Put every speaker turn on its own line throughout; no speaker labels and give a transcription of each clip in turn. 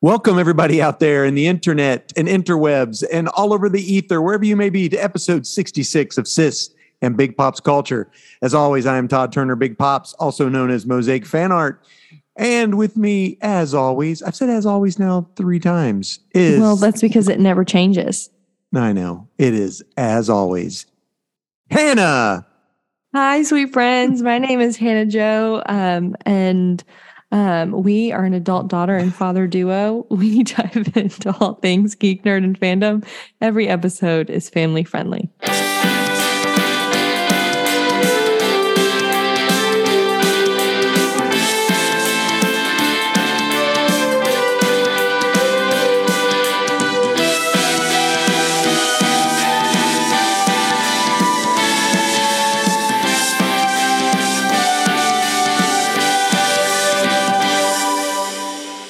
Welcome, everybody out there in the internet and interwebs and all over the ether, wherever you may be, to episode 66 of Sis and Big Pop's Culture. As always, I am Todd Turner, Big Pops, also known as Mosaic Fan Art. And with me, as always, I've said as always now three times, is
Well, that's because it never changes.
I know it is as always, Hannah.
Hi, sweet friends. My name is Hannah Joe, um, and um, we are an adult daughter and father duo. We dive into all things geek, nerd, and fandom. Every episode is family friendly.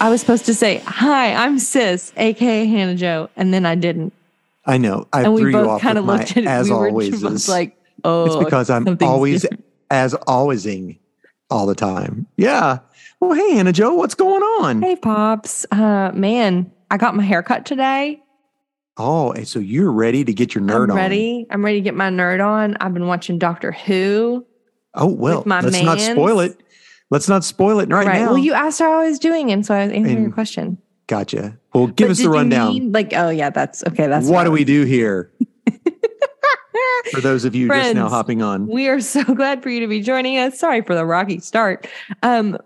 I was supposed to say, "Hi, I'm Sis, aka Hannah Joe," and then I didn't,
I know I
and
threw you
we both
off
kind
with
of
my
looked at it.
as
we were
always.
both like, "Oh,
it's because I'm
something's
always
different.
as alwaysing all the time. Yeah. Well, hey, Anna Joe, what's going on?
Hey, pops, uh, man, I got my haircut today.
Oh, and so you're ready to get your nerd
I'm
on?
ready. I'm ready to get my nerd on. I've been watching Doctor Who.
Oh well,
With my
let's not
mans?
spoil it. Let's not spoil it right, now.
Well, you asked how I was doing, and so I was answering your
And
question.
gotcha. Well, give
But
us
did
the
you
rundown.
mean, like, oh yeah, that's okay. That's
what
fine.
do we do here? For those of you just now
Friends.
hopping on,
We are so glad for you to be joining us. Sorry for the rocky start. Um,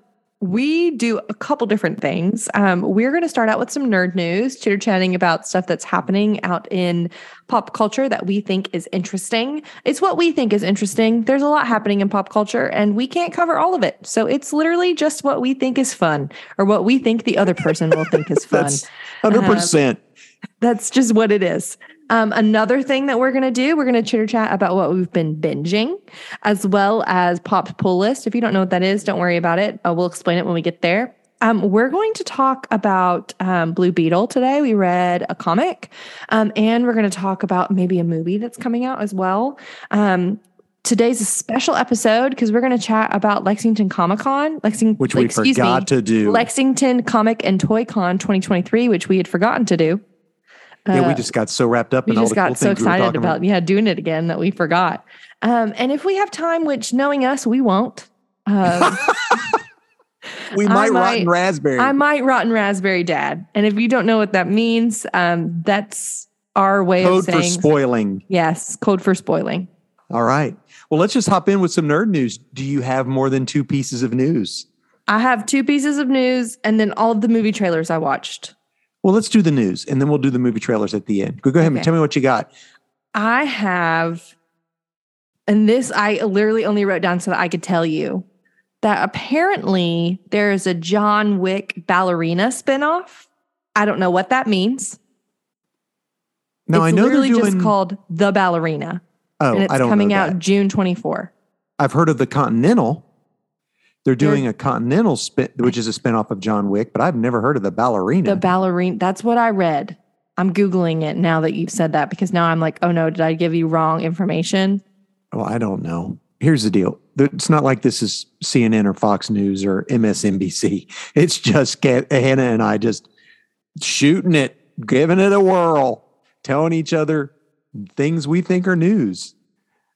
we do a couple different things. Um, we're going to start out with some nerd news, chitter chatting about stuff that's happening out in pop culture that we think is interesting. It's what we think is interesting. There's a lot happening in pop culture, and we can't cover all of it. So it's literally just what we think is fun or what we think the other person will think is fun.
that's hundred
Um,
percent.
That's just what it is. Um, another thing that we're going to do, we're going to chitter chat about what we've been binging, as well as Pop's pull list. If you don't know what that is, don't worry about it. Uh, we'll explain it when we get there. Um, we're going to talk about um, Blue Beetle today. We read a comic, um, and we're going to talk about maybe a movie that's coming out as well. Um, today's a special episode because we're going to chat about Lexington Comic Con, Lexington,
Which we forgot to do.
Lexington Comic and Toy Con 2023, which we had forgotten to do.
yeah, we
Uh,
just got so wrapped up
we
in all
just
the
got
cool
so
things we were
excited
talking
about, yeah doing it again that we forgot. Um, and if we have time, which knowing us, we won't. Um,
We
I
might,
might-
rotten raspberry.
I might rotten raspberry dad, and if you don't know what that means, um, that's our way
Code
of
for
saying
spoiling.
yes, code for spoiling.
All right. Well, let's just hop in with some nerd news. Do you have more than two pieces of news?
I have two pieces of news, and then all of the movie trailers I watched.
Well, let's do the news and then we'll do the movie trailers at the end. Go, go ahead
Okay.
and tell me what you got.
I have, and this I literally only wrote down so that I could tell you that apparently there is a John Wick ballerina spinoff. I don't know what that means.
No,
it's
I know they're
literally
doing.
just called The Ballerina,
oh,
and it's
I don't
coming
know
out
that.
June 24.
I've heard of the Continental. They're
They're-
doing a Continental spin, which is a spinoff of John Wick, but I've never heard of the ballerina.
The ballerina. That's what I read. I'm googling it now that you've said that because now I'm like, oh no, did I give you wrong information?
well, I don't know. Here's the deal. Th- It's not like this is CNN or Fox News or MSNBC. It's just Ca- Hannah and I just shooting it, giving it a whirl, telling each other things we think are news.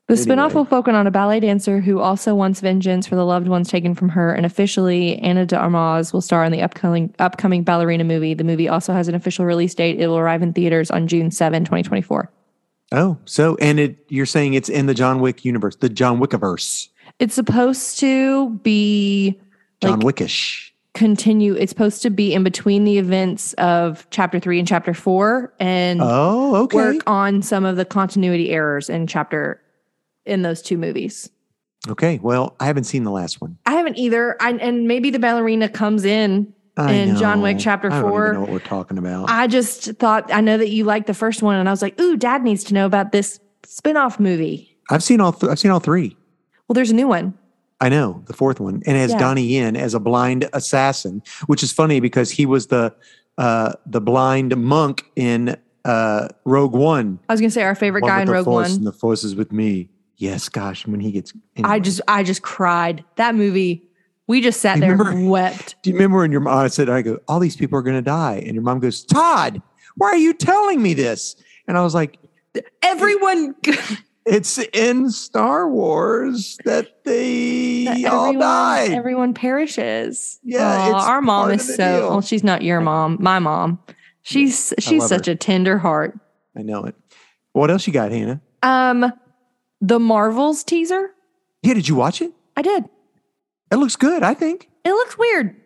The
Anyway.
spinoff will focus on a ballet dancer who also wants vengeance for the loved ones taken from her, and officially, Anna de Armas will star in the upcoming upcoming ballerina movie. The movie also has an official release date. It will arrive in theaters on June 7, 2024.
Oh, so and it you're saying it's in the John Wick universe, the John Wickiverse,
It's supposed to be
John
like
Wickish.
continue. It's supposed to be in between the events of Chapter Three and Chapter Four, and
Oh, okay.
Hmm. work on some of the continuity errors in Chapter in those two movies.
Okay. Well, I haven't seen the last one.
I haven't either, I, and maybe the ballerina comes in
I
in John Wick
know.
Chapter
I don't even
Four.
know what we're talking about.
I just thought I know that you liked the first one, and I was like, "Ooh, Dad needs to know about this spin-off movie."
I've seen all. Th- I've seen all three.
Well, there's a new one.
I know the fourth one, and it has
Yeah.
Donnie Yen as a blind assassin, which is funny because he was the uh, the blind monk in uh, Rogue One.
I was gonna say our favorite
One
guy
with
in
the
Rogue
force
One.
And the force is with me. Yes, gosh, when he gets,
I
anyway.
just I just cried. That movie We just sat
I
there and
remember-
wept.
Do you remember when your mom I said, I go, all these people are going to die. And your mom goes, Todd, why are you telling me this? And I was like,
Everyone,
it's in Star Wars that they all
everyone,
die.
everyone perishes.
Yeah,
Aw,
it's
our mom
part
is
of the
so.
deal.
Well, she's not your mom. My mom. She's she's
love
such a tender heart.
I know it. What else you got, Hannah?
Um, the Marvels teaser.
Yeah, did you watch it?
I did.
It looks good, I think.
It looks weird.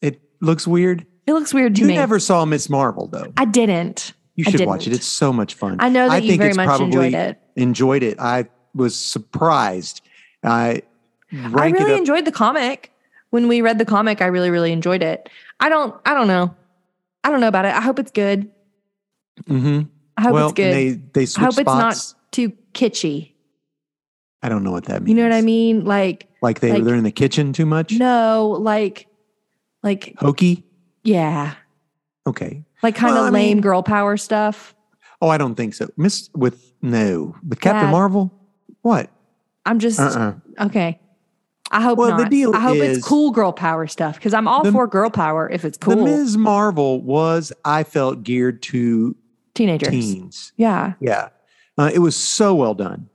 It looks weird.
It looks weird to
You
me.
never saw Miss Marvel, though.
I didn't.
You
I
should watch it.
didn't.
It's so much fun.
I know that you very much enjoyed it.
enjoyed it. I was surprised. I
I
rank
really
it up.
enjoyed the comic. When we read the comic, I really, really enjoyed it. I don't. I don't know. I don't know about it. I hope it's good.
hmm
I hope
well,
it's good.
and they they
I
switch
hope
spots.
it's not too kitschy.
I don't know what that means.
You know what I mean? Like
Like they
Like-
they're in the kitchen too much.
no, like like
Hokey.
yeah,
Okay.
like kind of
Well, I
lame
mean-
girl power stuff.
Oh, I don't think so. Miss with no with Captain
Yeah.
Marvel. What?
I'm just
Uh-uh.
okay. I hope
Well,
not.
the deal
I hope
is-
it's cool girl power stuff because I'm all
The-
for girl power if it's
The
cool.
Ms. Marvel was I felt geared to
Teenagers.
teens.
Yeah.
Yeah. Uh, it was so well done.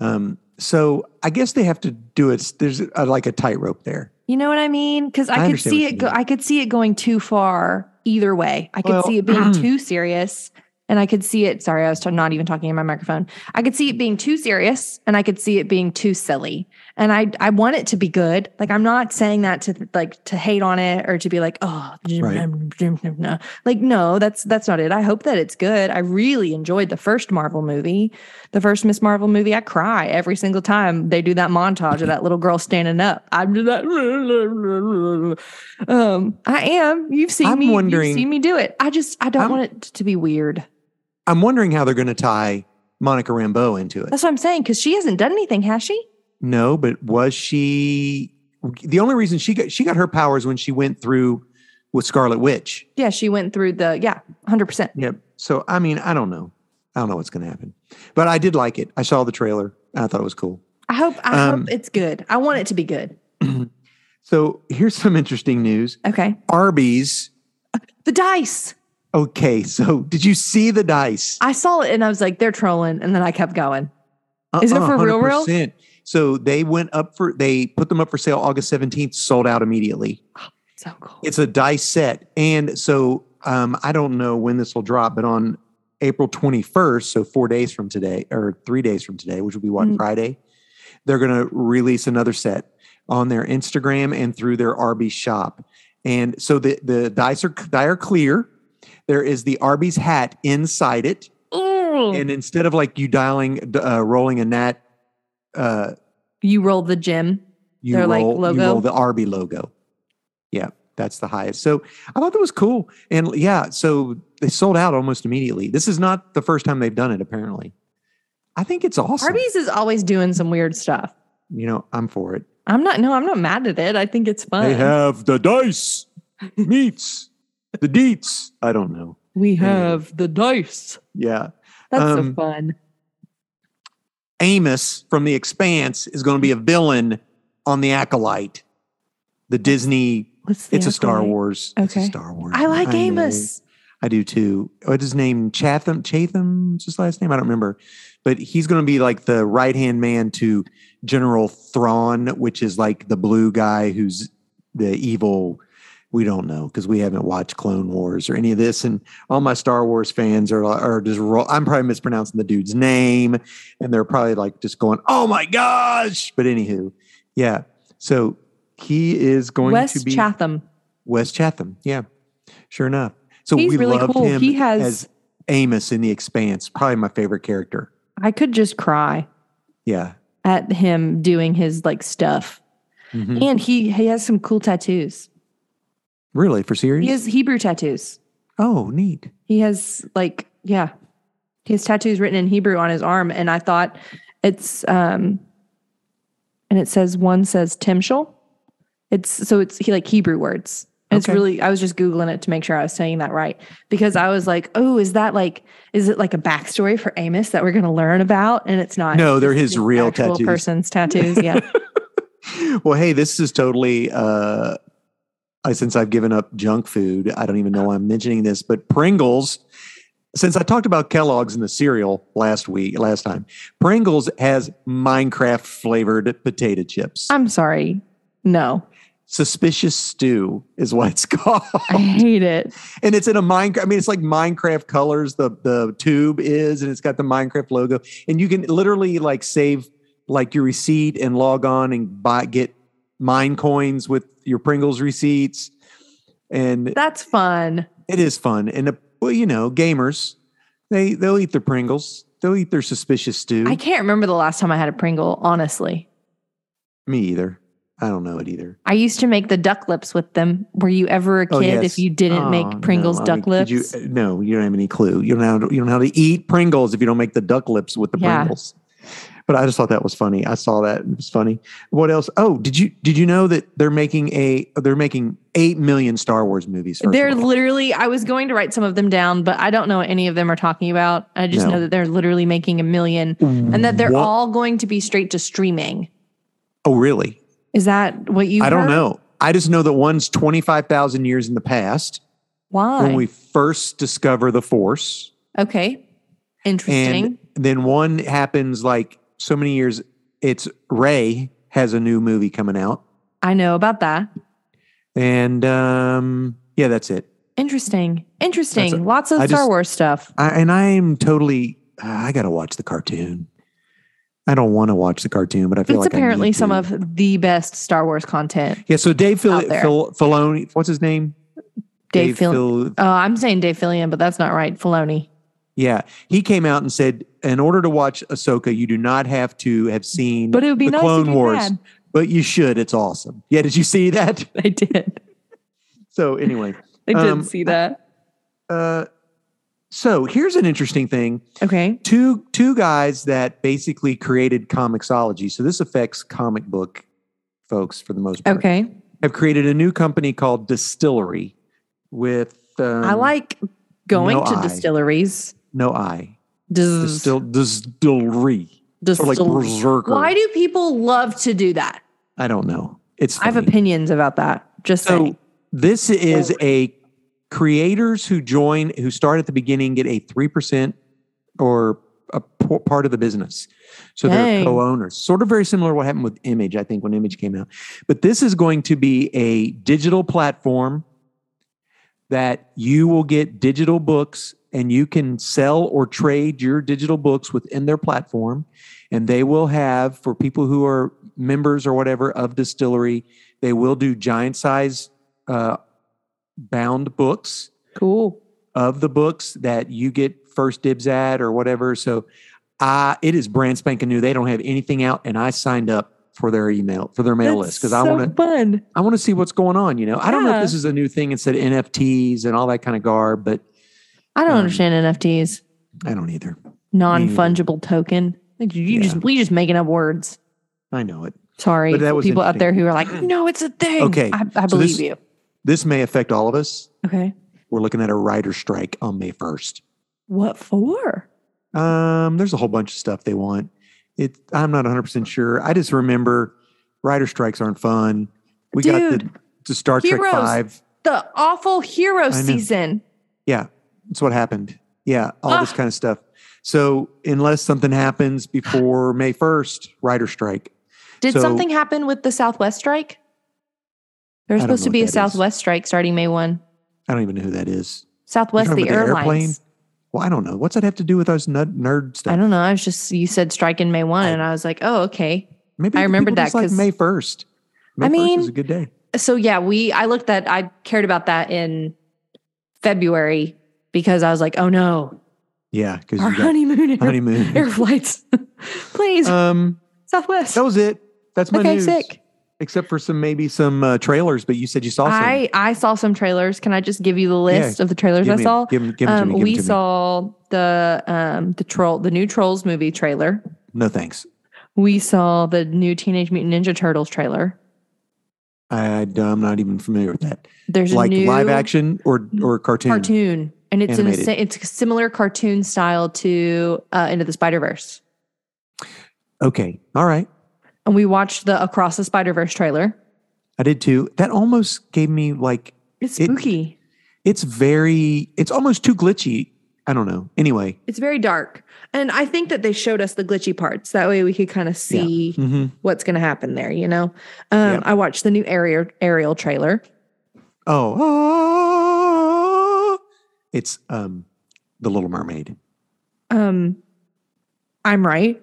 Um, so I guess they have to do it. There's a, like a tightrope there.
You know what I mean? Because I,
I
could
understand
see
what
it
you
go
mean.
I could see it going too far either way. I could
Well,
see it being too serious. And I could see it. Sorry, I was t- not even talking in my microphone. I could see it being too serious, and I could see it being too silly. And I, I want it to be good. Like I'm not saying that to like to hate on it or to be like, oh,
Right.
no. Like no, that's that's not it. I hope that it's good. I really enjoyed the first Marvel movie, the first Miss Marvel movie. I cry every single time they do that montage of that little girl standing up. I'm just like, um, I am. You've seen
I'm
me.
wondering-
You've seen me do it. I just I don't
I'm-
want it to be weird.
I'm wondering how they're going to tie Monica Rambeau into it.
That's what I'm saying because she hasn't done anything, has she?
No, but was she the only reason she got she got her powers when she went through with Scarlet Witch?
Yeah, she went through the yeah, hundred percent.
Yep. So I mean, I don't know. I don't know what's going to happen, but I did like it. I saw the trailer. I thought it was cool.
I hope I
Um,
hope it's good. I want it to be good.
So here's some interesting news.
Okay,
Arby's.
the dice.
Okay, so did you see the dice?
I saw it and I was like, they're trolling, and then I kept going.
Uh-uh,
Is it for real, real?
100%. So they went up for they put them up for sale August 17th, sold out immediately.
So cool.
It's a dice set. And so um, I don't know when this will drop, but on April 21st, so four days from today, or three days from today, which will be what,
Mhm.
Friday, they're going to release another set on their Instagram and through their Arby's shop. And so the, the dice are, die are clear. There is the Arby's hat inside it.
Ooh.
And instead of like you dialing, uh, rolling a nat, uh,
you roll the gym.
you
Their,
roll,
like,
you roll
logo?
the Arby logo. Yeah, that's the highest. So I thought that was cool. And yeah, so they sold out almost immediately. This is not the first time they've done it, apparently. I think it's awesome.
Arby's is always doing some weird stuff.
You know, I'm for it.
I'm not. No, I'm not mad at it. I think it's fun.
have the dice, meats, the deets. I don't know.
we
Anyway.
have the dice.
Yeah.
That's so
Um,
fun.
Amos from The Expanse is going to be a villain on The Acolyte, the Disney.
Let's see
It's
how
a Star
cool.
Wars. It's a
Okay.
Star Wars.
I like
know.
Amos.
I do too. What's his name? Chatham? Chatham's his last name? I don't remember. But he's going to be like the right hand man to General Thrawn, which is like the blue guy who's the evil. We don't know because we haven't watched Clone Wars or any of this. And all my Star Wars fans are, are just, roll, I'm probably mispronouncing the dude's name. And they're probably like just going, oh my gosh. But anywho, yeah. So he is going to
West
be.
Chatham.
West Chatham. Yeah, sure enough. So
He's
we
really
loved
cool.
him
He has-
as Amos in The Expanse. Probably my favorite character.
I could just cry
Yeah.
at him doing his like stuff,
Mhm.
and he he has some cool tattoos.
Really? For serious?
He has Hebrew tattoos.
oh, neat.
He has like yeah, he has tattoos written in Hebrew on his arm, and I thought it's um, and it says one says Timshel. It's so it's he like Hebrew words. And It's
Okay.
really I was just googling it to make sure I was saying that right because I was like, oh, is that like is it like a backstory for Amos that we're going to learn about? And it's not.
No, they're
It's
his
the
real
actual
tattoos.
Person's tattoos, yeah.
well, hey, this is totally. Uh, I, since I've given up junk food, I don't even know why I'm mentioning this, but Pringles. Since I talked about Kellogg's and the cereal last week, last time, Pringles has Minecraft flavored potato chips.
I'm sorry. No,
Suspicious stew is what it's called,
I hate it.
and it's in a Minecraft. I mean, it's like Minecraft colors. The the tube is, and it's got the Minecraft logo, and you can literally like save like your receipt and log on and buy get mine coins with your Pringles receipts, and
That's fun.
it is fun. And uh, well, you know, gamers they they'll eat their Pringles, they'll eat their suspicious stew.
I can't remember the last time I had a Pringle, honestly.
Me either. I don't know it either.
I used to make the duck lips with them. Were you ever a kid
Oh, yes.
if you didn't
Oh,
make Pringles
no. I
duck
mean,
lips?
did You, uh, no, you don't have any clue. You don't know how to, you don't know how to eat Pringles if you don't make the duck lips with the
Yeah.
Pringles. But I just thought that was funny. I saw that and it was funny. What else? Oh, did you did you know that they're making a they're making eight million Star Wars movies? first of
They're
all.
literally, I was going to write some of them down, but I don't know what any of them are talking about. I just
No.
know that they're literally making a million and that they're
What-
all going to be straight to streaming.
Oh, really?
Is that what you
I don't
heard?
know. I just know that one's twenty five thousand years in the past
Why?
when we first discover the Force.
okay. Interesting.
and then one happens like so many years it's ray has a new movie coming out
I know about that.
and um yeah that's it
Interesting. Interesting.
That's a-
Lots of
I
Star
just-
Wars stuff.
I, and i'm totally uh, i gotta watch the cartoon i don't want to watch the cartoon but i feel
It's
like I
apparently
need
some
to.
of the best Star Wars content.
yeah so dave Fil-
out there.
Fil- filoni what's his name
Dave, Fil-
Fil-
Oh, I'm saying Dave Fillion, but that's not right. Filoni.
yeah he came out and said in order to watch ahsoka you do not have to have seen
But it would be
the
nice
clone
if you
wars
had.
but you should it's awesome yeah did you see that
I did.
so anyway
I did
Um,
see that.
Uh, so here's an interesting thing.
Okay.
Two two guys that basically created comicsology. So this affects comic book folks for the most part.
Okay.
Have created a new company called Distillery with um,
I like going
no
to
eye.
distilleries.
no I
Dis-
Distil- distillery. Sort of like
distil-
berserker.
Why do people love to do that?
I don't know. It's
I have
funny.
opinions about that. Just
So
so
this is a creators who join who start at the beginning get a three percent or a po- part of the business. So they're
Dang.
co-owners. Sort of very similar to what happened with Image, I think, when Image came out. But this is going to be a digital platform that you will get digital books and you can sell or trade your digital books within their platform and they will have for people who are members or whatever of distillery they will do giant size uh, bound books
cool.
of the books that you get first dibs at or whatever so uh, it is brand spanking new they don't have anything out and i signed up for their email for their mail list because i want to
fun.
I want to see what's going on. You know, I don't know if
Yeah.
this is a new thing. It said NFTs and all that kind of garb, but
I don't
Um,
understand NFTs.
I don't either.
Non fungible token. Like, You
Yeah.
just we just making up words.
I know it.
Sorry,
But that
for
was
people out there
interesting.
who are like, no, it's a thing.
Okay,
I, I
so
believe
this-
you.
This may affect all of us.
Okay,
We're looking at a writer strike on May first.
what for?
Um, there's a whole bunch of stuff they want. It. I'm not 100 percent sure. I just remember writer strikes aren't fun. We got the,
Dude.
the Star Trek
Heroes.
Five.
The awful hero
know.
season.
Yeah, that's what happened. Yeah, all this
Ah.
kind of stuff. So unless something happens before May first, writer strike.
Did
So-
something happen with the Southwest strike? There
I
was
don't know
supposed to
what
be a
that is.
Southwest strike starting May 1.
I don't even know who that is.
Southwest,
talking
the
about the airplane?
airlines.
Well, I don't know. What's that have to do with us nerd, nerd stuff?
I don't know. I was just, you said strike in May 1,
I-
and I was like, oh, okay.
Maybe
I
the
remembered
people just
that
like
'cause-
May first. May
I
1st is
mean-
a good day.
So, yeah, we, I looked at, I cared about that in February because I was like, oh no,
Yeah, because
our
you got
honeymoon air,
honeymoon.
air flights. Please,
um,
Southwest.
that was it. That's my
Okay,
news.
sick.
Except for some maybe some uh, trailers, but you said you saw some.
I, I saw some trailers. Can I just give you the list of the trailers
give
I
me,
saw?
Give, 'em- give 'em to
Um,
me. Give 'em
we
to me.
saw the um, the troll, the new Trolls movie trailer.
No thanks.
We saw the new Teenage Mutant Ninja Turtles trailer.
I, am not even familiar with that.
There's
Like
a new
live action or or cartoon.
cartoon, and it's in a,
Animated.
sa- it's a similar cartoon style to uh, Into the Spider Verse.
Okay. All right.
and we watched the Across the Spider Verse trailer.
I did too. That almost gave me like
It's
It-
spooky.
it's very it's almost too glitchy. I don't know. Anyway,
it's very dark, and I think that they showed us the glitchy parts. That way, we could kind of see
hmm
what's going to happen there. You know, um,
Yeah.
I watched the new Ariel Ariel trailer.
oh, ah. it's um the Little Mermaid.
Um, I'm right.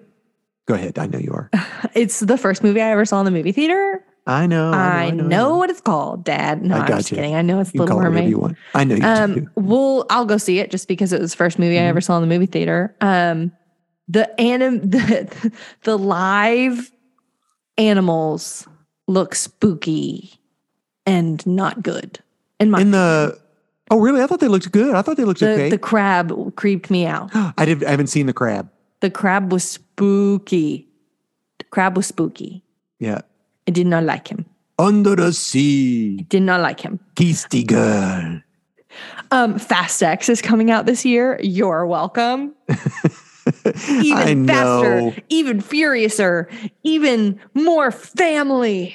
Go ahead. I know you are.
It's the first movie I ever saw in the movie theater.
Oh, I know.
I, know, what it's called, Dad. No,
I
I am
got
just
you.
kidding. I know it's
You can
Little
call it whatever
Mermaid.
you want. I know you do.
Um, well, I'll go see it just because it was the first movie I
Mhm.
ever saw in the movie theater. Um, the anim the the live animals look spooky and not good. In my
In the oh really? I thought they looked good. I thought they looked
the,
okay.
the crab creeped me out.
I did. I haven't seen the crab.
The crab was spooky. The crab was spooky.
Yeah.
I did not like him.
Under the sea,
Did not like him.
Keasty girl.
Um, Fast X is coming out this year. You're welcome. Even
I know.
faster, even furiouser, even more family.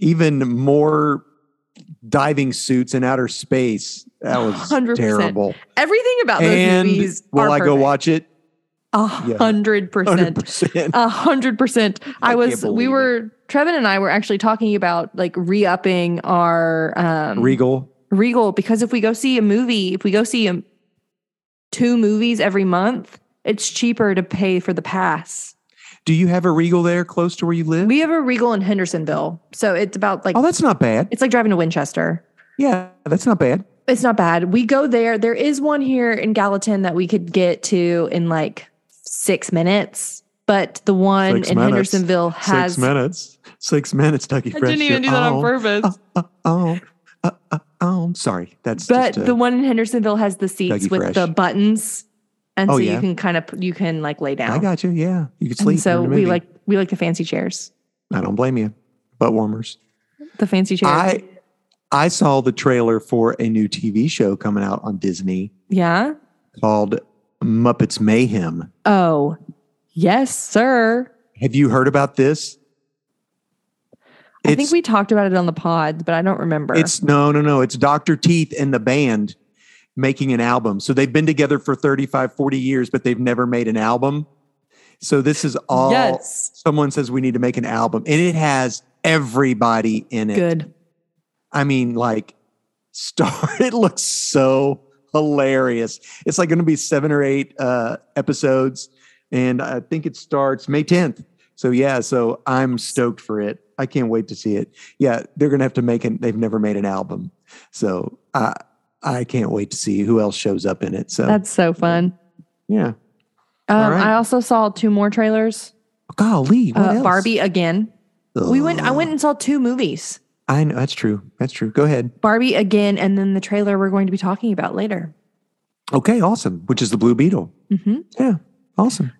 Even more diving suits in outer space. That was
100%.
terrible.
Everything about those
And
movies.
will
are
I go
perfect.
watch it?
A
Yeah. Hundred
hundred percent.
percent.
A hundred percent. I
can't
was. We
believe it.
were. Trevin and I were actually talking about like re-upping our um,
Regal.
Regal because if we go see a movie, if we go see um two movies every month, it's cheaper to pay for the pass.
Do you have a Regal there close to where you live?
We have a Regal in Hendersonville, so it's about like
oh, that's not bad.
it's like driving to Winchester.
Yeah, that's not bad.
It's not bad. We go there. There is one here in Gallatin that we could get to in like six minutes, but the one
Six
in
minutes.
Hendersonville has.
Six minutes. Six minutes, Dougie.
I
Fresh,
didn't
you're
even do that on purpose.
Oh, oh, oh, oh, oh, oh. Sorry, that's
but
just a-
the one in Hendersonville has the seats
Dougie
with
Fresh.
the buttons, and
Oh,
so
yeah.
you can kind of you can like lay down.
I got you. Yeah, you could
And
sleep.
so
during the
we
movie.
like we like the fancy chairs,
I don't blame you. Butt warmers.
the fancy chairs.
I I saw the trailer for a new TV show coming out on Disney
yeah.
called Muppets Mayhem.
Oh, yes, sir.
Have you heard about this?
I think we talked about it on the pod, but I don't remember.
It's no, no, no. It's Dr. Teeth and the band making an album. So they've been together for 35, 40 years, but they've never made an album. So this is all
yes,
someone says we need to make an album. And it has everybody in it.
good.
I mean, like, star. It looks so hilarious. It's like going to be seven or eight uh, episodes, and I think it starts May tenth. So yeah, so I'm stoked for it. I can't wait to see it. Yeah, they're going to have to make an. They've never made an album, so I I can't wait to see who else shows up in it. So
That's so fun.
yeah, All
Um,
right.
I also saw two more trailers.
golly, what
Uh,
else?
Barbie again. We went. I
Ugh.
went and saw two movies.
I know that's true. That's true. Go ahead.
Barbie again, and then the trailer we're going to be talking about later.
Okay, awesome. Which is the Blue Beetle.
hmm
Yeah. Awesome.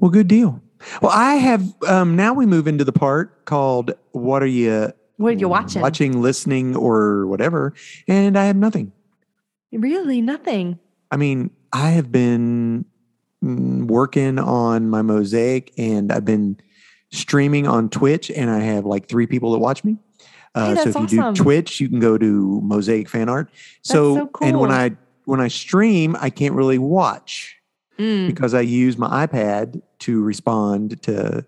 Well, good deal. Well, I have um now we move into the part called what are you
What are you watching?
Watching, listening or whatever. And I have nothing.
Really, nothing.
I mean, I have been mm, working on my mosaic and I've been streaming on Twitch and I have like three people that watch me. Uh,
Hey,
so if
that's
you
awesome.
do Twitch, you can go to Mosaic Fan Art. So,
so
and when
cool.
I when I stream, I can't really watch
Mm.
because I use my iPad to respond to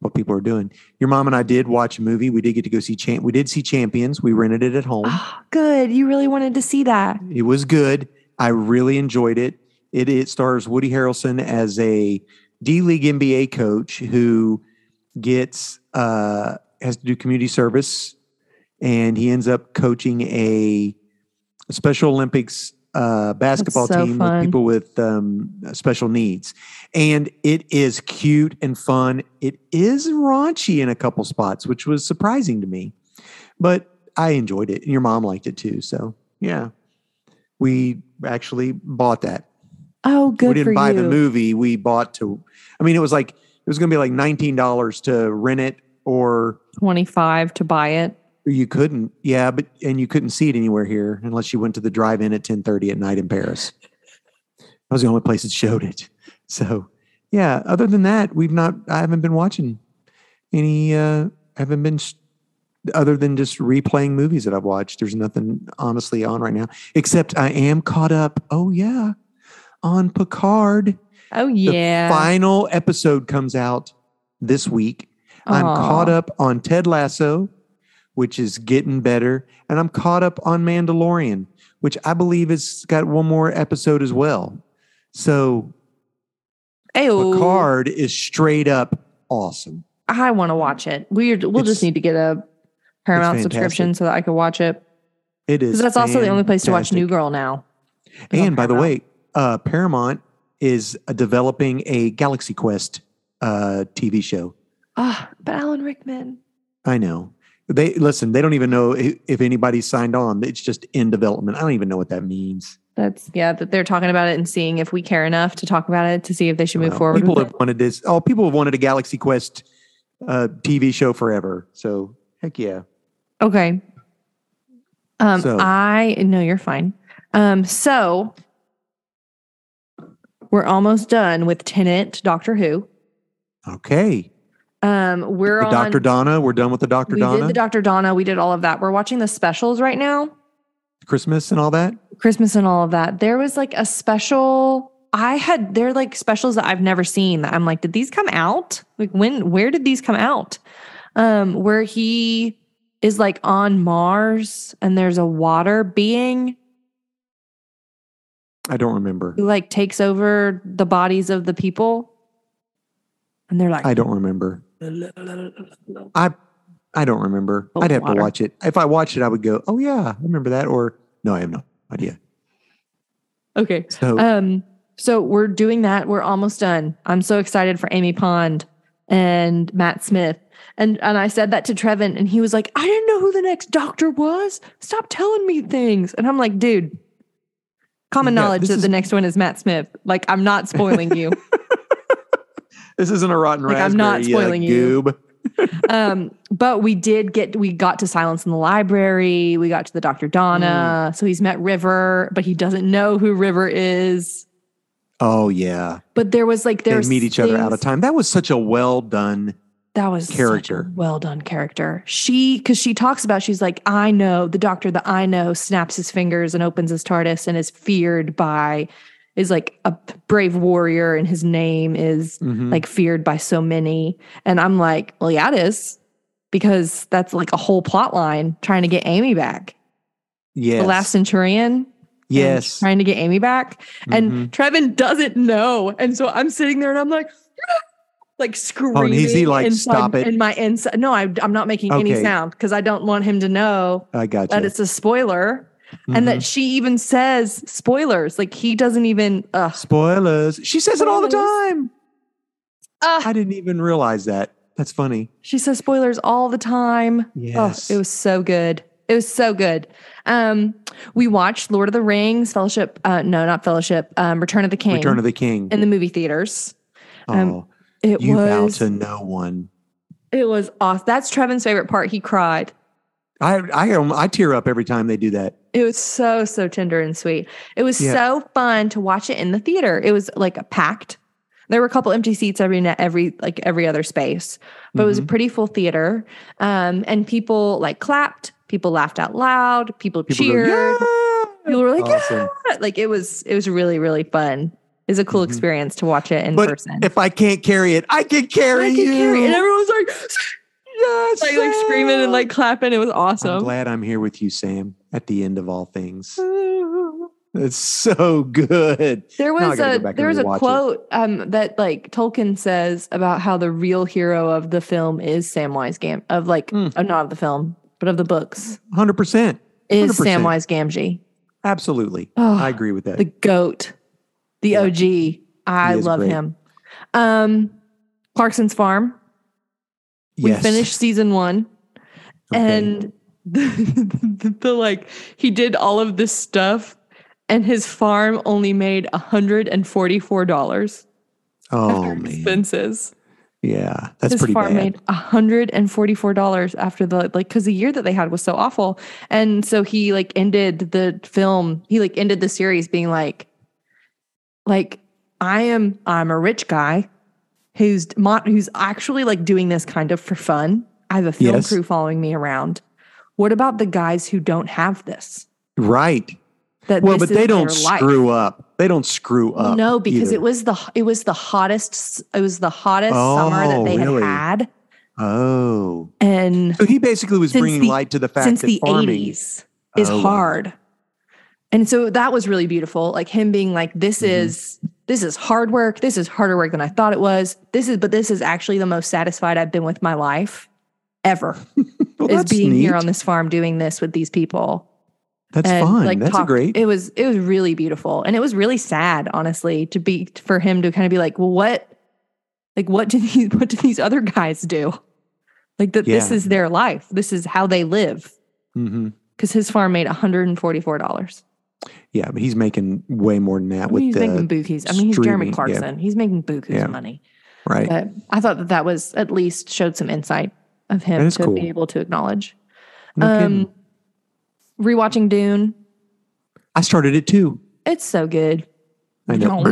what people are doing. Your mom and I did watch a movie. We did get to go see Champ. We did see Champions. We rented it at home.
Ah, good. You really wanted to see that.
It was good. I really enjoyed it. It, it stars Woody Harrelson as a D League NBA coach who gets uh, has to do community service, and he ends up coaching a Special Olympics uh, basketball
so
team
fun.
with people with um, special needs, and it is cute and fun. It is raunchy in a couple spots, which was surprising to me, but I enjoyed it, and your mom liked it too. So yeah, we actually bought that
Oh, good
we didn't
for
buy
you.
the movie we bought to i mean it was like it was going to be like $19 to rent it or
Twenty-five to buy it.
you couldn't yeah but and you couldn't see it anywhere here unless you went to the drive-in at 10.30 at night in paris that was the only place that showed it so yeah other than that we've not i haven't been watching any uh haven't been s- other than just replaying movies that I've watched. There's nothing honestly on right now except I am caught up. Oh yeah, on Picard.
Oh yeah.
Final episode comes out this week. I'm
Aw.
caught up on Ted Lasso, which is getting better, and I'm caught up on Mandalorian, which I believe has got one more episode as well. So
Ayo.
Picard is straight up awesome.
I want to watch it. We're, we'll
It's-
just need to get a Paramount
fantastic.
subscription so that I can watch it.
It is.
Because that's also the only place to watch
fantastic.
New Girl now. It's on
And by the
Paramount.
way, uh, Paramount is uh, developing a Galaxy Quest uh, TV show.
Ah, but Alan Rickman.
I know. They listen. They don't even know i- if anybody signed on. It's just in development. I don't even know what that means.
That's yeah. That they're talking about it and seeing if we care enough to talk about it to see if they should move
Well,
forward.
People
with
have wanted this. Oh, people have wanted a Galaxy Quest uh, TV show forever. So heck yeah.
it. Okay. Um,
So-
I no, you're fine. Um, so we're almost done with Tenant Doctor Who.
Okay.
Um, we're
The
on
Doctor Donna. We're done with the Doctor
we
Donna.
did the Doctor Donna. We did all of that. We're watching the specials right now.
Christmas and all that.
Christmas and all of that, there was like a special. I had they're like specials that I've never seen. That I'm like, did these come out? Like when? Where did these come out? Um, where he is like on Mars and there's a water being
I don't remember.
who like takes over the bodies of the people, and they're like,
I don't remember. I I don't remember.
Oh,
I'd have
water.
to watch it. If I watched it, I would go, "Oh yeah, I remember that." Or no, I have no idea.
okay.
So
Um, so we're doing that. We're almost done. I'm so excited for Amy Pond and Matt Smith. And and I said that to Trevin, and he was like, I didn't know who the next doctor was. Stop telling me things. And I'm like, dude, common
Yeah,
knowledge
this
that
is-
the next one is Matt Smith. Like, I'm not spoiling you.
this isn't a rotten
like,
raspberry.
I'm not
uh,
spoiling you.
goob.
um, but we did get we got to Silence in the Library, we got to the Dr. Donna.
Mm.
So he's met River, but he doesn't know who River is.
Oh yeah,
But there was like
they
there's
meet each other out of time. That was such a well done.
That was
character.
well done character. She because she talks about she's like I know the doctor that I know snaps his fingers and opens his TARDIS and is feared by is like a brave warrior and his name is
mhm.
like feared by so many and I'm like well yeah it is because that's like a whole plot line trying to get Amy back
yes,
the last centurion and
yes.
trying to get Amy back
Mhm.
and Trevin doesn't know. And so I'm sitting there and I'm like, like screaming.
Oh, he's- he like,
inside-
"Stop it."
In my inside. No, I, I'm not making any
Okay.
sound because I don't want him to know
I got
that
you.
it's a spoiler and
Mm-hmm.
that she even says spoilers. Like he doesn't even, ugh.
spoilers. She says it all the
Spoilers.
time.
Ah,
I didn't even realize that. That's funny.
she says spoilers all the time.
Yes,
Oh, it was so good. It was so good. Um, we watched Lord of the Rings, Fellowship. Uh, no, not Fellowship. Um, Return of the King
Return of the King.
in the movie theaters. um,
oh,
It
you bow
was
to no one.
It was awesome. That's Trevin's favorite part. He cried.
I um, I I tear up every time they do that.
It was so, so tender and sweet. It was
Yeah.
so fun to watch it in the theater. It was like packed. There were a couple empty seats every na- every like every other space, but it was a
Mhm.
pretty full theater. Um, and people like clapped, people laughed out loud, people,
Mm-hmm. People
cheered,
go, yeah.
people were like,
Awesome.
yeah! like it was it was really really fun. It was a cool
Mhm.
experience to watch it in
But
person.
If I can't carry it, I can carry
I could
you.
carry it, and everyone was like,
Yes,
like, like screaming
Sam.
and like clapping. It was
I'm
awesome.
glad I'm here with you, Sam. At the end of all things, it's so good.
There
I
was
gotta go
a
back and
there was a
rewatch it.
quote um, that like Tolkien says about how the real hero of the film is Samwise Gam of like
Mm.
uh, not of the film but of the books
Hundred percent,
is
100%.
Samwise Gamgee.
absolutely.
Oh,
I agree with that.
The goat, the
Yeah.
OG. I
He is
love
great.
him. Um, Clarkson's Farm. We
yes.
finished season one,
Okay.
and the, the, the like he did all of this stuff, and his farm only made hundred and forty four dollars
oh
after
man,
expenses.
yeah, that's
this
pretty
farm
bad.
made hundred and forty four dollars after the like because the year that they had was so awful, and so he like ended the film. He like ended the series being like, like I am I'm a rich guy who's mo- who's actually like doing this kind of for fun. I have a film
Yes.
crew following me around. What about the guys who don't have this?
Right.
That
Well,
this
but they
is
don't
their life?
screw up. They don't screw up.
No, because
either.
it was the it was the hottest s- it was the hottest summer
Oh,
that they
really?
had had,
Oh.
and
So he basically was
Since
bringing
the-
light to the fact
since
that
the
farming,
eighties is
Oh, wow.
hard. And so that was really beautiful. Like him being like, this
Mhm.
is this is hard work. This is harder work than I thought it was. This is but this is actually the most satisfied I've been with my life ever.
Well,
is
that's
being
neat.
here on this farm doing this with these people.
That's
and,
fine. that's a
talked-
great.
It was it was really beautiful, and it was really sad, honestly, to be for him to kind of be like, well, what, like what did these what did these other guys do? Like that this
Yeah.
is their life. This is how they live.
Mhm.
Because his farm made one hundred and forty four dollars.
Yeah, but he's making way more than that
I mean,
with
he's making
the
bookies. I mean, he's Jeremy
streaming, yeah.
Clarkson. He's making bukus
Yeah.
money.
right.
But I thought that that was at least showed some insight of
That
him
is
to
cool.
be able to acknowledge.
No kidding.
um, rewatching Dune,
I started it too.
it's so good.
I know.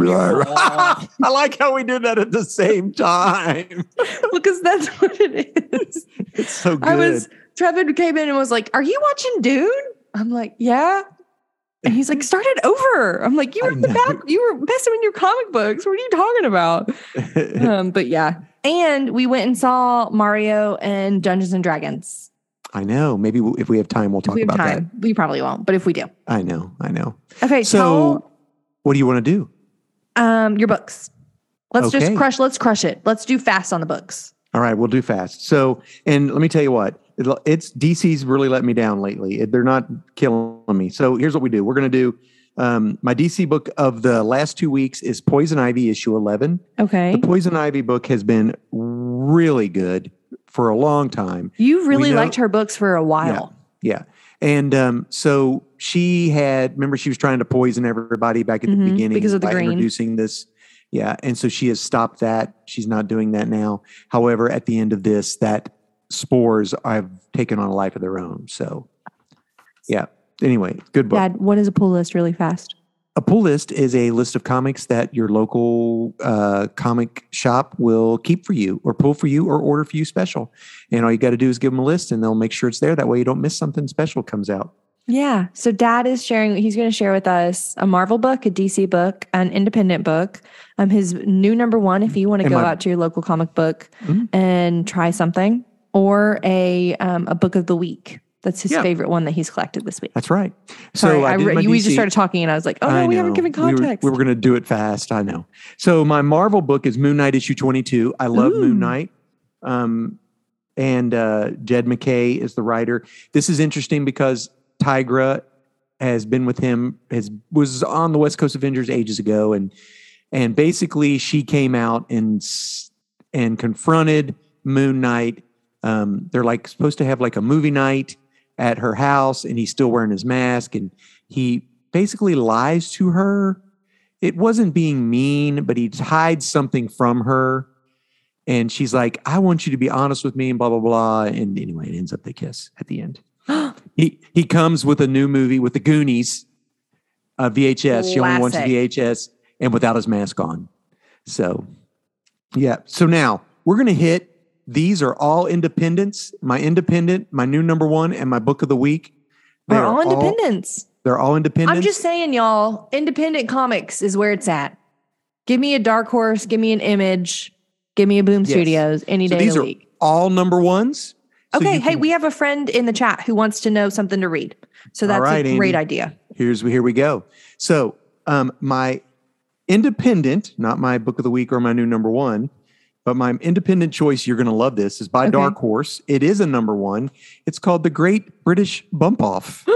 I like how we did that at the same time.
because that's what it is.
It's so good.
I was Trevin came in and was like, "Are you watching Dune?" I'm like, "Yeah." And he's like, "Start it over." I'm like, "You
I
were in the
know.
back. You were messing with your comic books. What are you talking about?" um, but yeah, and we went and saw Mario and Dungeons and Dragons.
I know. Maybe w- if we have time, we'll
If
talk
we have
about
time. We probably won't, but if we do,
that. I know. I know.
okay.
So, what do you want to do?
tell um, your books. Let's just
Okay.
crush. Let's crush it. Let's do fast on the books.
All right, we'll do fast. So, and let me tell you what, it'll- it's DC's really let me down lately. It- They're not killing me. So here's what we do. We're going to do um, my DC book of the last two weeks is Poison Ivy issue 11.
Okay.
The Poison Ivy book has been really good for a long time.
You really
know-
liked her books for a while.
Yeah. And um, so she had, remember, she was trying to poison everybody back at the
Mhm,
beginning
because of the
by
green.
introducing this. Yeah. And so she has stopped that. She's not doing that now. However, at the end of this, that spores I've taken on a life of their own. So, yeah. Anyway, good book.
Dad, what is a pull list really fast?
A pull list is a list of comics that your local uh, comic shop will keep for you, or pull for you, or order for you special. And all you got to do is give them a list, and they'll make sure it's there. That way, you don't miss something special comes out.
Yeah. So dad is sharing, he's going to share with us a Marvel book, a DC book, an independent book, um, his new number one, if you want to
And
go
my-
out to your local comic book
Mhm.
and try something, or a, um, a book of the week. That's his
Yeah.
favorite one that he's collected this week.
That's right.
Sorry,
so I,
I
did
re-
my
we just
DC
started talking and I was like, oh no,
I
we haven't
know.
given
We were-
context.
We were, going to do it fast. I know. So my Marvel book is Moon Knight issue 22. I love
Ooh.
Moon Knight. Um, and uh, Jed McKay is the writer. This is interesting because Tigra has been with him, has was on the West Coast Avengers ages ago. And and basically she came out and s- and confronted Moon Knight. Um, they're like supposed to have like a movie night at her house, and he's still wearing his mask, and he basically lies to her. It wasn't being mean, but he hides something from her, and she's like, "I want you to be honest with me," and blah blah blah. And anyway, it ends up they kiss at the end. he he comes with a new movie with the Goonies, uh, VHS. She only wants the
Classic.
VHS and without his mask on. So, yeah. So now we're going to hit these are all independents my independent, my new number one, and my book of the week. They
we're
are
all independents.
they're all independent.
I'm just saying, y'all, independent comics is where it's at. Give me a dark horse, give me an image, give me a Boom
Yes.
Studios any
So
day of
these
the
are
week.
all number ones. So
Okay,
you
hey,
can-
we have a friend in the chat who wants to know something to read. So
All
that's
right,
a great
Andy.
idea.
here's here we go. So, um, my independent, not my book of the week or my new number one, but my independent choice. You're going to love this. Is by
Okay.
Dark Horse. It is a number one. It's called The Great British Bump Off.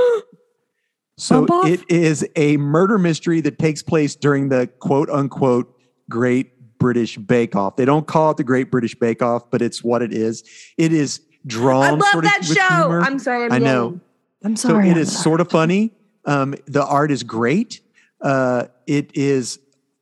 So
Bump Off?
it is a murder mystery that takes place during the quote unquote Great British Bake Off. They don't call it the Great British Bake Off, but it's what it is. It is drawn.
I love
sort of
that
with
show.
humor.
I'm sorry. I'm
I know.
yelling. I'm sorry.
So it
I'm
is
sorry.
sort of funny. Um, the art is great. Uh, it is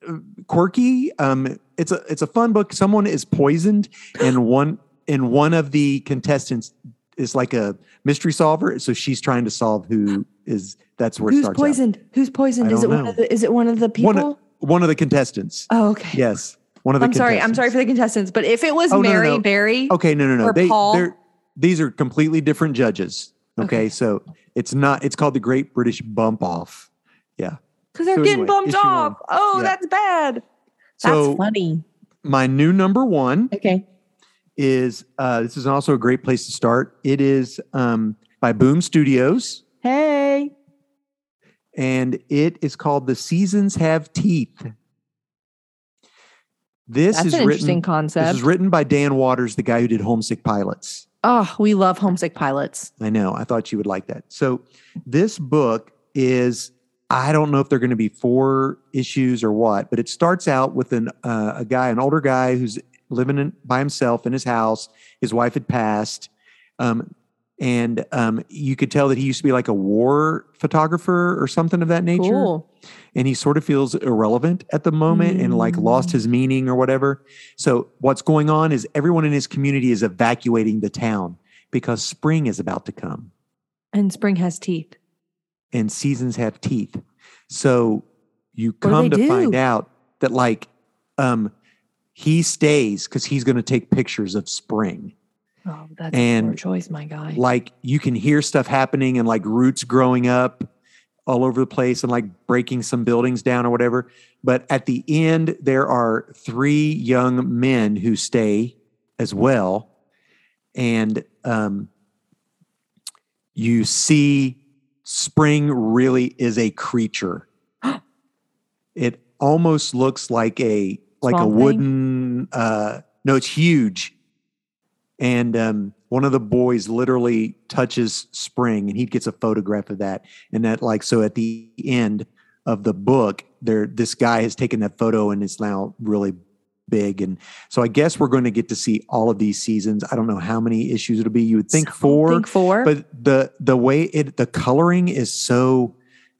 uh, quirky. Um, it's a it's a fun book. Someone is poisoned, and one and one of the contestants is like a mystery solver. So she's trying to solve who is. That's where it
Who's
starts. out.
poisoned? Who's poisoned?
I
Is it
don't
one
know.
of the is it one of the people?
One of the contestants.
oh, okay.
Yes. One of the
I'm sorry. I'm sorry for the contestants, but if it was
Oh, no, no,
Mary
no.
Berry,
Okay, no, no, no.
Or
They,
Paul.
they're these are completely different judges. Okay,
Okay.
so it's not. It's called the Great British Bump Off.
because they're
so
getting
anyway,
bumped
issue one.
off. Oh,
Yeah.
that's bad.
So
that's funny.
my new number one
Okay.
is uh, this is also a great place to start. It is um, by Boom Studios,
Hey.
and it is called "The Seasons Have Teeth." This
that's
is
an interesting
written. This
concept.
is written by Dan Waters, the guy who did Homesick Pilots.
oh, we love homesick pilots.
I know. I thought you would like that. So, this book is, I don't know if they're going to be four issues or what, but it starts out with an, uh, a guy, an older guy who's living in, by himself in his house. His wife had passed. Um, and um, you could tell that he used to be like a war photographer or something of that nature
Cool.
and he sort of feels irrelevant at the moment and like
Mm.
lost his meaning or whatever. So what's going on is everyone in his community is evacuating the town because spring is about to come
And spring has teeth.
and seasons have teeth. So you
do
come to
they
find
do?
out that like um he stays cuz he's going to take pictures of spring.
Oh, that's
And
a poor choice, my guy.
Like you can hear stuff happening and like roots growing up all over the place and like breaking some buildings down or whatever. But at the end, there are three young men who stay as well. And um, you see, spring really is a creature. it almost looks like a like a
Swamp Thing?
wooden uh no it's huge and um one of the boys literally touches spring and he gets a photograph of that and that like so at the end of the book there this guy has taken that photo and it's now really big and so i guess we're going to get to see all of these seasons i don't know how many issues it'll be you would think
So,
four
Think four.
but the the way it the coloring is so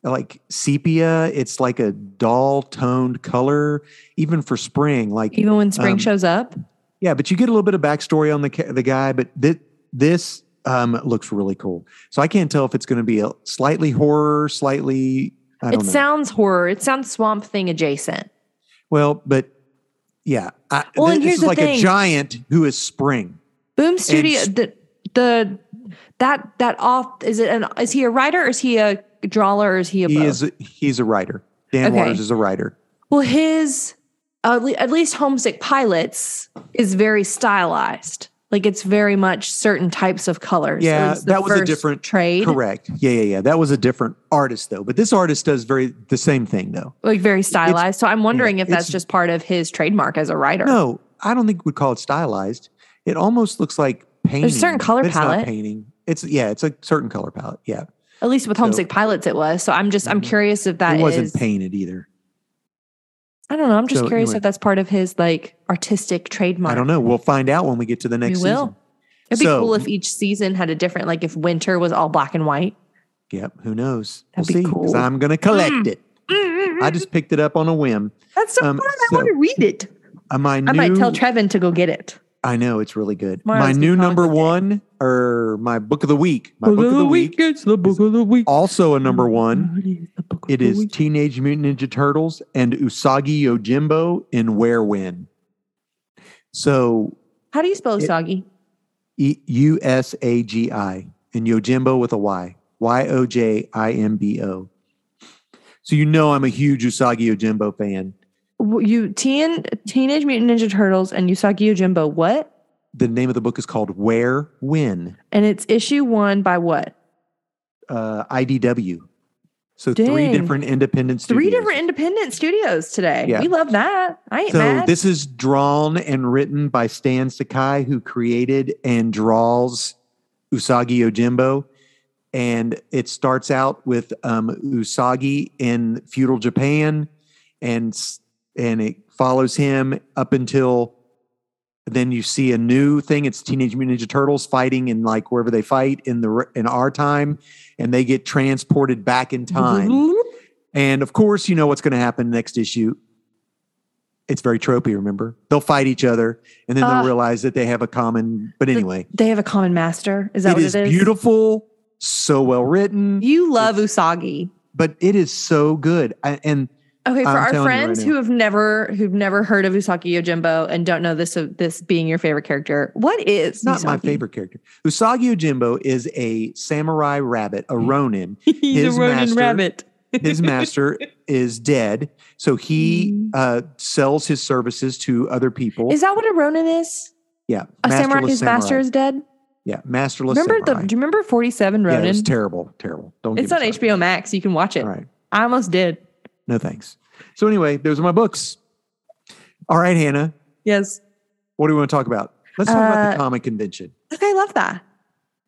like sepia it's like a dull toned color even for spring like
even when spring
um,
shows up.
yeah, but you get a little bit of backstory on the ca- the guy, but thi- this um, looks really cool. So I can't tell if it's going to be a slightly horror, slightly I
It
don't know.
sounds horror. It sounds swamp thing adjacent.
well, but yeah, I,
Well,
thi-
and
this
here's
is
the
like a
thing.
giant who is spring.
Boom Studio
sp-
the the that that off is it an is he a writer or is he a drawer or is he a
He
both?
is he's a writer. Dan
Okay.
Waters is a writer.
well his at le- at least homesick pilots is very stylized like it's very much certain types of colors
Yeah,
It's the
that was a
first
different-
trade
Correct. Yeah, yeah, yeah. That was a different artist though, but this artist does very the same thing though.
like very stylized so i'm wondering if that's
it's-
just part of his trademark as a writer
No, I don't think we'd call it stylized. It almost looks like painting.
a certain color
but it's not
palette.
painting. It's yeah, it's a certain color palette. Yeah.
at least with
So-
homesick pilots it was so i'm just i'm
Mhm.
curious if that
it wasn't
is-
painted either.
i don't know i'm just
So,
curious
anyway.
if that's part of his like artistic trademark
I don't know. We'll find out when we get to the next
we will.
season.
It'd be
So-
cool if each season had a different, like if winter was all black and white.
Yep. Who knows?
That'd
we'll
be
see. Because
cool. Hmm.
I'm going to collect it. Mm-hmm. I
I
just picked it up on a whim.
that's so
um,
fun.
so-
I want to read it.
Uh, my
I might
new-
tell Trevin to go get it.
I know it's really good. my
Tomorrow's
new
the
number
comic book day.
one, or my book of the week. My book, of the week,
It's the
book
of the week. Mm-hmm.
also a number one.
Book
It is Teenage Mutant Ninja Turtles and Usagi Yojimbo in Where When. So
How do you spell
it-
Usagi?
E- U S A G I and Yojimbo with a Y. Y O J I M B O. So you know I'm a huge Usagi Yojimbo fan.
W- You teen, Teenage Mutant Ninja Turtles and Usagi Yojimbo. What?
The name of the book is called Where When
And it's issue one by what?
uh, IDW. So three
Dang.
different independent studios.
Three different independent studios today.
Yeah.
We love that. I ain't
So
mad.
this is drawn and written by Stan Sakai, who created and draws Usagi Yojimbo. And it starts out with um, Usagi in feudal Japan, and s- and it follows him up until then. You see a new thing. It's Teenage Mutant Ninja Turtles fighting in like wherever they fight in the r- in our time, and they get transported back in time. And of course, you know what's going to happen next issue. It's very tropey, remember? They'll fight each other and then
Ah.
they'll realize that they have a common. But anyway,
They have a common master. Is that
it
what
is
it is?
beautiful, so well written,
You love Usagi.
but it is so good. I, and
Okay, for
I'm
our
telling you right
friends
now.
who have never who've never heard of Usagi Yojimbo and don't know this of this being your favorite character, what is
It's not my
Usagi?
favorite character. Usagi Ojimbo is a samurai rabbit, a ronin.
He's
His
a rodent
master-
rabbit.
His master is dead, so he
Mm.
uh, sells his services to other people.
Is that what a Ronin is?
yeah,
A samurai
masterless
whose master is dead.
Yeah, masterless.
Remember
samurai.
the? Do you remember Forty Seven
Yeah,
Ronin?
it was terrible, terrible. Don't.
it's
get
on
me
HBO Max. You can watch it.
All right,
I almost did.
no thanks. So anyway, those are my books. All right, Hannah,
Yes.
what do we want to talk about? Let's talk about the
Uh,
comic convention.
Okay, I love that.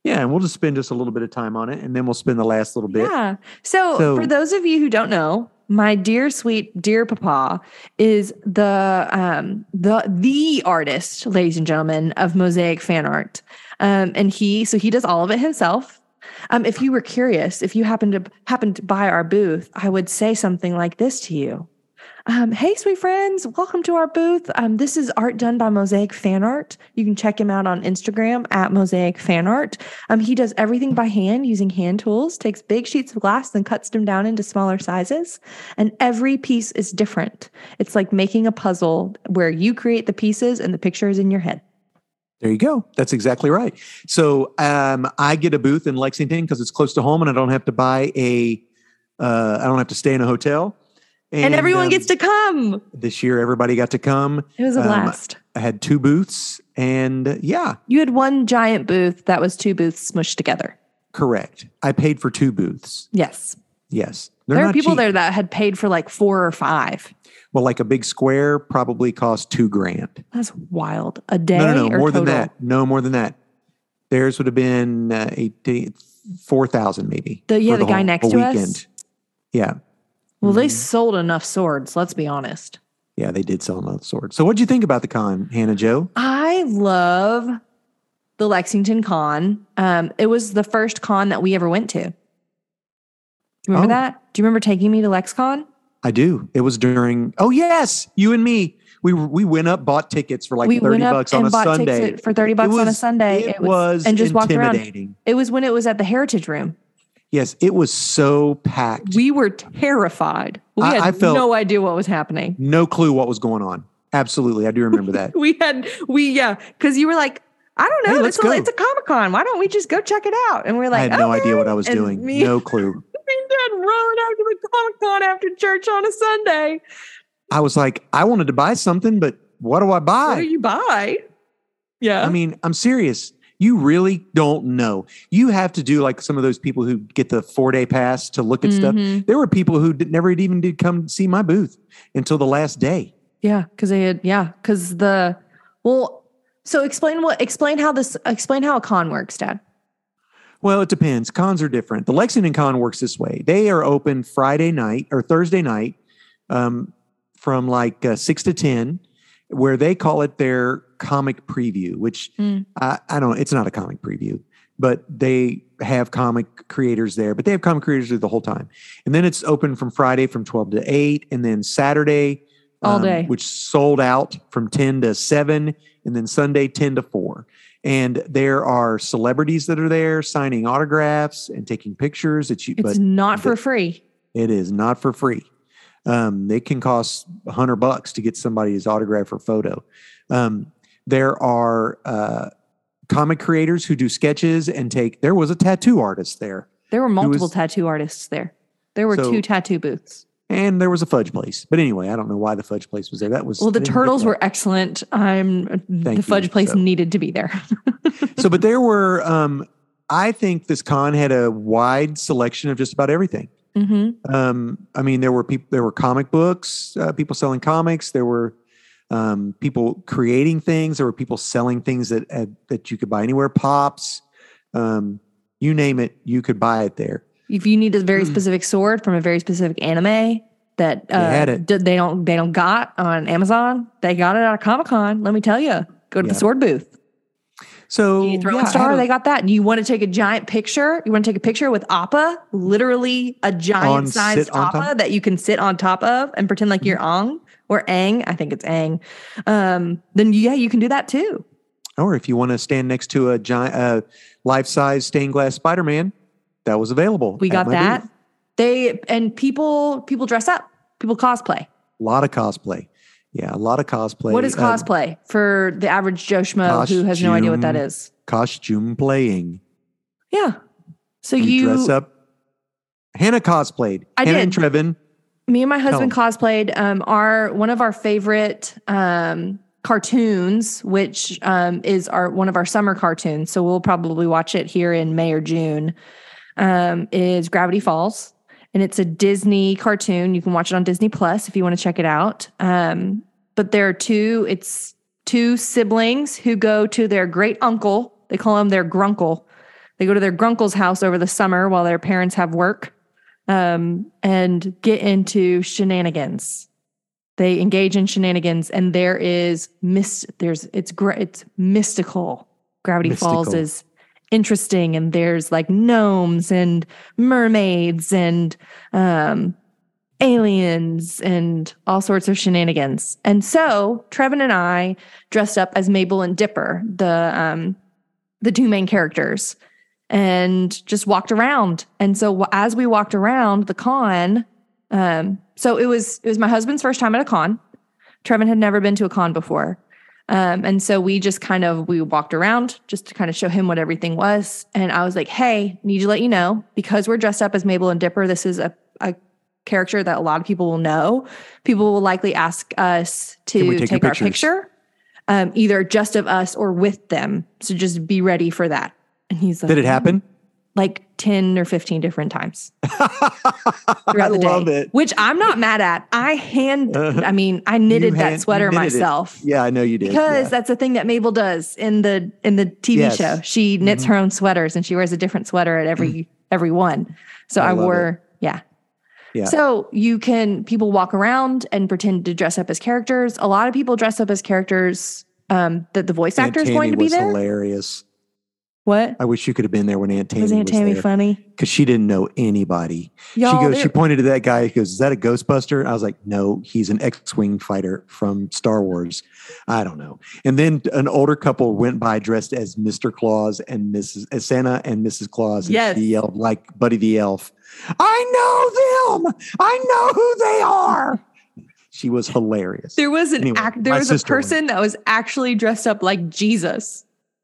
Yeah, and we'll just spend just a little bit of time on it, and then we'll spend the last little bit.
Yeah. So,
So-
for those of you who don't know, my dear sweet dear papa is the um the the artist, ladies and gentlemen, of mosaic fan art. Um and he so he does all of it himself. Um if you were curious, if you happened to happened to buy our booth, I would say something like this to you. Um, hey, sweet friends, welcome to our booth. Um, this is art done by Mosaic Fan Art. You can check him out on Instagram at Mosaic Fan Art. Um, he does everything by hand using hand tools, takes big sheets of glass and cuts them down into smaller sizes. And every piece is different. It's like making a puzzle where you create the pieces and the picture is in your head.
There you go. That's exactly right. So um, I get a booth in Lexington because it's close to home, and I don't have to buy a. Uh, I don't have to stay in a hotel.
And, everyone
um,
gets to come.
this year. Everybody got to come.
It was a
um,
blast.
I had two booths, and uh, yeah,
You had one giant booth that was two booths smushed together.
Correct. I paid for two booths.
Yes.
Yes. They're
There are
not
people
cheap.
there that had paid for like four or five.
Well, like a big square probably cost two grand.
That's wild. A day
no, no, no.
or
More
total?
than that. No, more than that. Theirs would have been uh, 18, 4,000 maybe.
The- yeah,
for
the guy
whole-
next
whole
to us?
Yeah.
Well, they
Mhm.
sold enough swords, let's be honest.
Yeah, they did sell another sword. So what'd you think about the con, Hannah Joe?
I love the Lexington Con. Um, it was the first con that we ever went to. Remember
Oh.
that? Do you remember taking me to LexCon?
I do. It was during, oh, yes, you and me. We, we went up, bought tickets for like
we
30
went up
bucks on
and
a
bought
Sunday.
tickets for thirty bucks on a
was-
Sunday.
It, was
and just walked around.
intimidating.
It was when it was at the Heritage Room.
Yes, it was so packed.
We were terrified. We
I-
had
I felt-
no idea what was happening.
no clue what was going on. Absolutely, I do remember that.
We had we yeah, because you were like, I don't
Hey,
know.
let's
it's a,
go.
it's a Comic Con. Why don't we just go check it out? And we are
I
like,
had no
okay.
idea what I was
and
doing.
me-
No clue.
We did run after the Comic Con after church on a Sunday.
I was like, I wanted to buy something, but what do I
What do
buy?
you buy? Yeah.
I mean, I'm serious. You really don't know. You have to do like some of those people who get the four day pass to look at stuff.
Mhm.
There were people who did, never even did come see my booth until the last day.
Yeah, because they had yeah, because the well, so explain what explain how this explain how a con works, Dad.
Well, it depends. Cons are different. The Lexington Con works this way. They are open Friday night or Thursday night um, from like uh, 6 to 10, where they call it their comic preview, which
Hmm.
I, I don't, it's not a comic preview, but they have comic creators there, but they have comic creators there the whole time. And then it's open from Friday from 12 to 8, and then Saturday um,
All day.
which sold out from 10 to 7, and then Sunday 10 to 4. And there are celebrities that are there signing autographs and taking pictures. It's,
It's
but
not for
but-
free.
it is not for free. Um, it can cost a hundred bucks to get somebody's autograph or photo. Um, there are uh, comic creators who do sketches and take. There was a tattoo artist there,
There were multiple
was-
tattoo artists there. There were
So-
two tattoo booths.
and there was a fudge place. But anyway, I don't know why the fudge place was there. That was
Well, the
I didn't get
turtles
that.
were excellent. I'm
Thank
the
you,
fudge place
so-
needed to be there.
so, but there were. Um, I think this con had a wide selection of just about everything.
hmm
Um, I mean, there were people. There were comic books. Uh, people selling comics. There were um, people creating things. There were people selling things that uh, that you could buy anywhere. Pops, um, you name it, you could buy it there.
If you need a very specific sword from a very specific anime
Mm.
that
They
uh,
had it.
d- they don't they don't got on Amazon, they got it at Comic Con. Let me tell you, go to
Yeah.
the sword booth.
So
You throw
Oh, yeah, I
a
had
star,
a-
they got that. You want to take a giant picture? You want to take a picture with Appa? Literally a
On-
giant sized
sit on Mm-hmm.
Appa that you can sit on top of and pretend like you're Ong or Ang. I think it's Ang. Um, then yeah, you can do that too.
or if you want to stand next to a giant, uh, life size stained glass Spider Man, that was available.
We
at
got
my
that.
booth.
They and people people dress up. People cosplay.
A lot of cosplay. Yeah, a lot of cosplay.
What is
Um,
cosplay for the average Joe Schmo who has no idea what that
costume.
is?
costume playing.
Yeah. So
You,
you,
dress up. Hannah cosplayed.
I
Hannah
did.
and Trevin.
me and my husband
Tell
cosplayed um, our one of our favorite um, cartoons, which um, is our one of our summer cartoons. So we'll probably watch it here in May or June. Um, is Gravity Falls, and it's a Disney cartoon. You can watch it on Disney Plus if you want to check it out. Um, but there are two. It's two siblings who go to their great uncle. They call him their grunkle. They go to their grunkle's house over the summer while their parents have work um, and get into shenanigans. They engage in shenanigans, and there is mist. There's it's gra- it's mystical. Gravity Falls
Mystical.
is interesting, and there's like gnomes and mermaids and um, aliens and all sorts of shenanigans. And so Trevin and I dressed up as Mabel and Dipper, the um, the two main characters and just walked around. And so wh- as we walked around the con, um, so it was it was my husband's first time at a con. Trevin had never been to a con before, um, and so we just kind of we walked around just to kind of show him what everything was. And I was like, "Hey, need to let you know because we're dressed up as Mabel and Dipper. This is a, a character that a lot of people will know. People will likely ask us
Can we
to
take
take,
your
our
pictures?
picture, um, either just of us or with them. So just be ready for that." And he's like,
Did it
"Oh."
happen?
like 10 or 15 different times
I
throughout the day.
love it.
Which I'm not mad at. I hand
Uh,
I mean, I knitted
you hand- you
that sweater
knitted it.
myself.
Yeah, I know you did.
Because
yeah.
that's a thing that Mabel does in the in the TV
Yes. Mm-hmm.
show. She knits her own sweaters and she wears a different sweater at every every one. So
Mm. I
I,
love
wore yeah.
Yeah.
So you can people walk around and pretend to dress up as characters. A lot of people dress up as characters um, that the voice
Aunt
actor is
Tammy
going to be
was
there.
hilarious.
What
I wish you could have been there when Aunt Tammy
was
was,
Aunt Tammy
there
funny?
because she didn't know anybody.
Y'all,
she goes. She
there-
pointed to that guy. He goes, "Is that a Ghostbuster?" And I was like, "No, he's an X-wing fighter from Star Wars." I don't know. And then an older couple went by dressed as Mr. Claus and Mrs. as Santa and Mrs. Claus. And
Yes.
she yelled like Buddy the Elf. I know them. I know who they are. She was hilarious.
There was an
Anyway,
act. There
my
was a
sister went.
person that was actually dressed up like Jesus.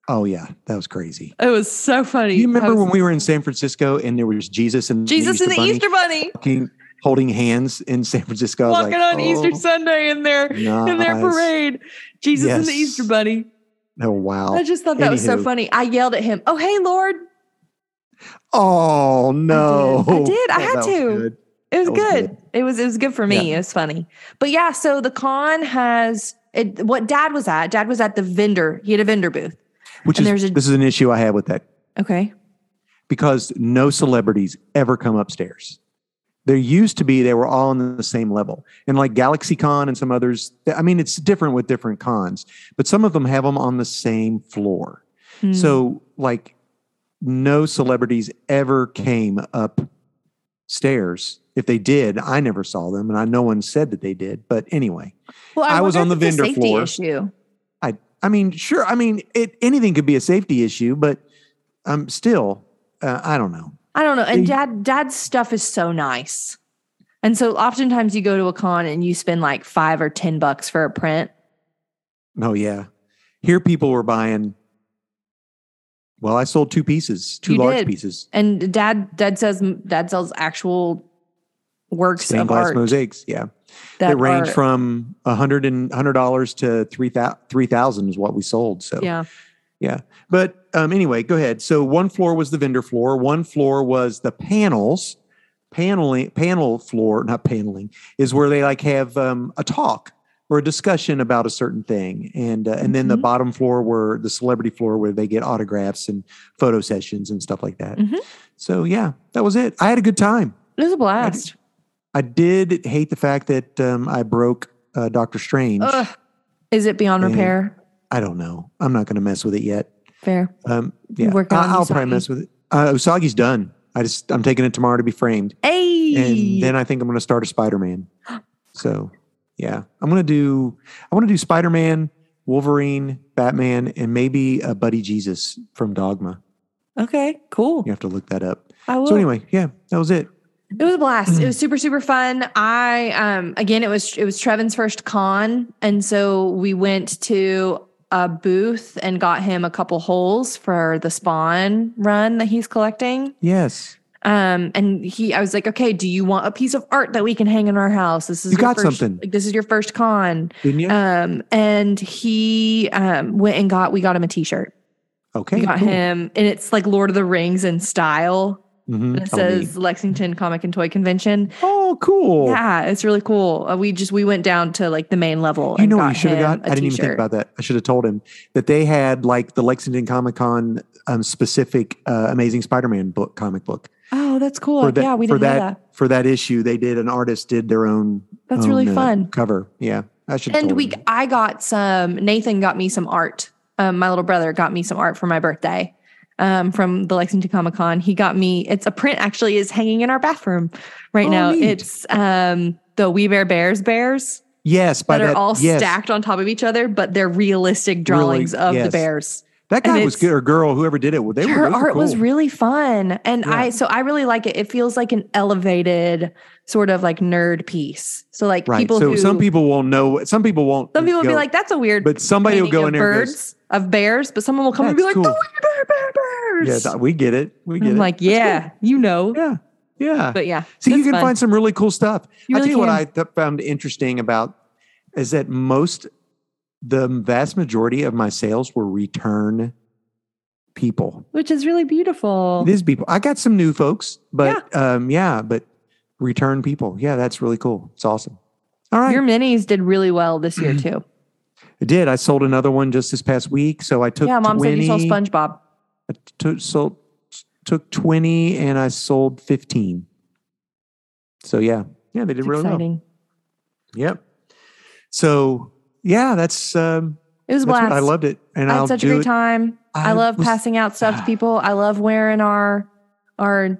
oh yeah, that was crazy.
It was so funny.
Do you remember
I was-
when we were in San Francisco and there was Jesus and
Jesus and the Easter Bunny
Bunny holding hands in San Francisco? I was
walking
like,
on Easter
"Oh,
Sunday in their in their
nice."
parade? Jesus and the
Yes.
Easter Bunny.
Oh wow!
I just thought that was so
Anywho.
funny. I yelled at him, "Oh hey Lord!"
Oh no!
I did. I
Oh,
had
that was
to.
good.
It was,
That was
good. It was it was good for me. It was funny. But yeah, so the con has it, what Dad was at. Dad was at the vendor. He had a vendor booth.
Which
And
is
there's a-
this is an issue I have with that
Okay.
because no celebrities ever come upstairs. There used to be they were all on the same level, and like Galaxy Con and some others. I mean, it's different with different cons, but some of them have them on the same floor.
Mm.
So like no celebrities ever came up stairs. If they did, I never saw them and I no one said that they did. But anyway,
well,
I was
wonder
on
if
the
it's a
vendor
safety
floor.
Issue.
I mean, sure, I mean, it anything could be a safety issue, but um still uh, I don't know.
I don't know. And
They-
dad dad's stuff is so nice. And so oftentimes you go to a con and you spend like five or ten bucks for a print.
Oh yeah. Here people were buying well, I sold two pieces, two
You
large
did.
pieces.
And dad dad says dad sells actual works
Stained
of
glass
art
mosaics. Yeah. They
that
range
are-
from a hundred and hundred dollars to three thousand three thousand is what we sold. So
yeah.
But um, anyway, go ahead. So one floor was the vendor floor. One floor was the panels. Paneling, panel floor, not paneling, is where they like have um, a talk or a discussion about a certain thing, and uh, and then the
Mhm.
bottom floor where the celebrity floor where they get autographs and photo sessions and stuff like that.
Mhm.
So yeah, that was it. I had a good time.
It was a blast.
I did hate the fact that um, I broke uh, Doctor Strange.
Ugh. Is it beyond
And-
repair?
I don't know. I'm not going to mess with it yet.
Fair.
Um, yeah,
worked on
I, will probably
Usagi.
mess with it. Uh, Usagi's done. I just I'm taking it tomorrow to be framed,
Hey.
and then I think I'm going to start a Spider Man. So yeah, I'm going to do I want to do Spider Man, Wolverine, Batman, and maybe a Buddy Jesus from Dogma.
okay. Cool.
You have to look that up.
I will.
So anyway, yeah, that was it.
It was a blast.
Mm.
It was super super fun. I um again it was it was Trevin's first con and so we went to a booth and got him a couple holes for the spawn run that he's collecting.
Yes.
Um and he I was like, "Okay, do you want a piece of art that we can hang in our house? This is
You
your
got
first-
something.
Like this is your first con."
Didn't you?
Um and he um went and got we got him a t-shirt.
okay.
we got
cool.
him and it's like Lord of the Rings in style.
Mhm.
And it
Oh, neat.
says Lexington Comic and Toy Convention.
Oh, cool.
Yeah, it's really cool. Uh, we just we went down to like the main level.
You
and
know
got
what you should have
him
got?
a
I didn't even think
t-shirt.
about that. I should have told him that they had like the Lexington Comic Con um, specific uh, Amazing Spider Man book, comic book.
Oh, that's cool.
that,
yeah, we
for
didn't
that,
know that.
For that issue, they did, an artist did their own.
That's
own,
really
uh,
fun.
Cover. Yeah. I should have
And
told
we,
him.
I got some. Nathan got me some art. Um, my little brother got me some art for my birthday. Um, from the Lexington Comic Con, he got me. It's a print actually is hanging in our bathroom right
Oh,
now.
neat.
It's um the We Bear Bears bears
Yes. By
that, are all
yes.
stacked on top of each other, but they're realistic drawings of
yes.
the bears.
That
and
guy was
it's-
good, or girl, whoever did it. well, They were,
her
those were
art was
cool.
really fun and
Yeah.
i so i really like it it feels like an elevated sort of like nerd piece so like
right.
people
so
who
some people won't know. Some people won't.
some people will be
go-
like that's a weird
but somebody will
painting
go
of
in there and goes,
birds of bears but someone will come and be
"That's
like the
cool."
weird bear, bear,
Yeah,
bears
th- we get it. We
And
get
i'm
it.
like yeah you know
yeah, yeah.
but yeah
See, you
that's
can
fun.
find some really cool stuff.
You
I
really
tell you what I
can.
th- found interesting about is that most, the vast majority of my sales were return people.
which is really beautiful
It is people. I got some new folks, but yeah. um, yeah, but return people. Yeah, that's really cool. It's awesome. All right,
your minis did really well this year too
I did. I sold another one just this past week, so I took
yeah mom
20,
said you sold spongebob
I took sold took twenty and I sold fifteen. So yeah, yeah, they did
it's
really well.
exciting
Yep. So yeah, that's um,
it was a
that's what-
blast
I loved it, and
I
I'll
had such a
do
great
it.
time. I,
I
love
was-
passing out stuff to people. I love wearing our our.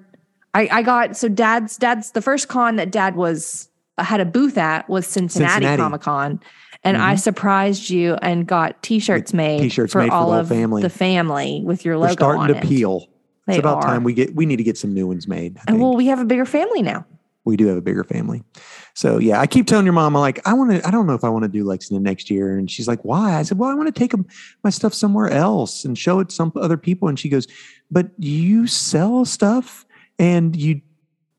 I, I got so dad's dad's the first con that dad was had a booth at was Cincinnati,
Cincinnati. Mm-hmm.
Comic Con, and I surprised you and got T-shirts made
t-shirts
for
made for the
all
whole
of
family.
the family with your
We're
logo on
starting to
it.
peel.
They
it's about
are.
time we get. We need to get some new ones made. I
and
think.
well, we have a bigger family now.
we do have a bigger family. So yeah, I keep telling your mom, I'm like, I want to, I don't know if I want to do Lexington next year. And she's like, why? I said, well, I want to take 'em- my stuff somewhere else and show it some other people. And she goes, but you sell stuff and you,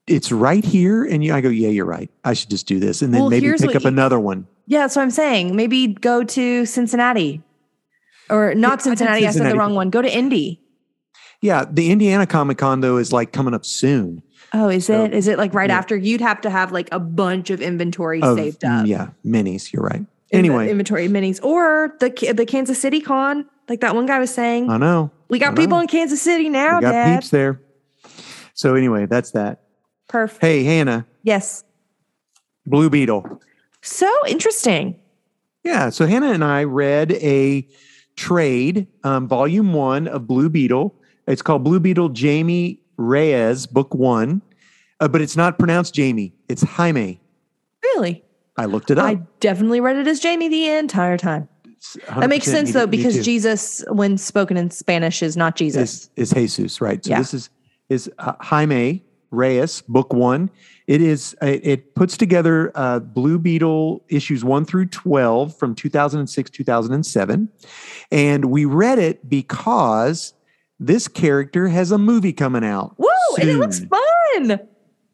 it's right here. And you, I go, yeah, you're right. I should just do this. And then
Well,
maybe
here's
pick
what
up
you-
another one.
Yeah, that's what I'm saying. Maybe go to Cincinnati, or not
I did
Cincinnati. I said
Cincinnati.
the wrong one. Go to Indy.
Yeah. The Indiana comic con though is like coming up soon.
Oh, is
So-
it? Is it like right
yeah.
after? You'd have to have like a bunch of inventory
of-
saved up.
Yeah. Minis. You're right.
in the
Anyway,
inventory minis or the K- the Kansas City con, like that one guy was saying.
I know.
we got
Uh, I know.
people in Kansas City now,
We got
Dad.
peeps there. So anyway, that's that.
Perfect.
Hey, Hannah,
Yes.
Blue Beetle.
So interesting.
Yeah. So Hannah and I read a trade, um, volume one of Blue Beetle. It's called Blue Beetle Jamie Reyes, book one, uh, but it's not pronounced Jamie, it's Jaime.
Really.
I looked it up.
I definitely read it as Jamie the entire time.
It's
That makes
100%
sense
me-
though,
me
because
too.
Jesus, when spoken in Spanish, is not Jesus.
is, is Jesus, right? So
Yeah.
this is is uh, Jaime Reyes, book one. It is it, it puts together uh, Blue Beetle issues one through twelve from two thousand and six, two thousand and seven, and we read it because this character has a movie coming out.
Whoa, and it looks
soon.
fun.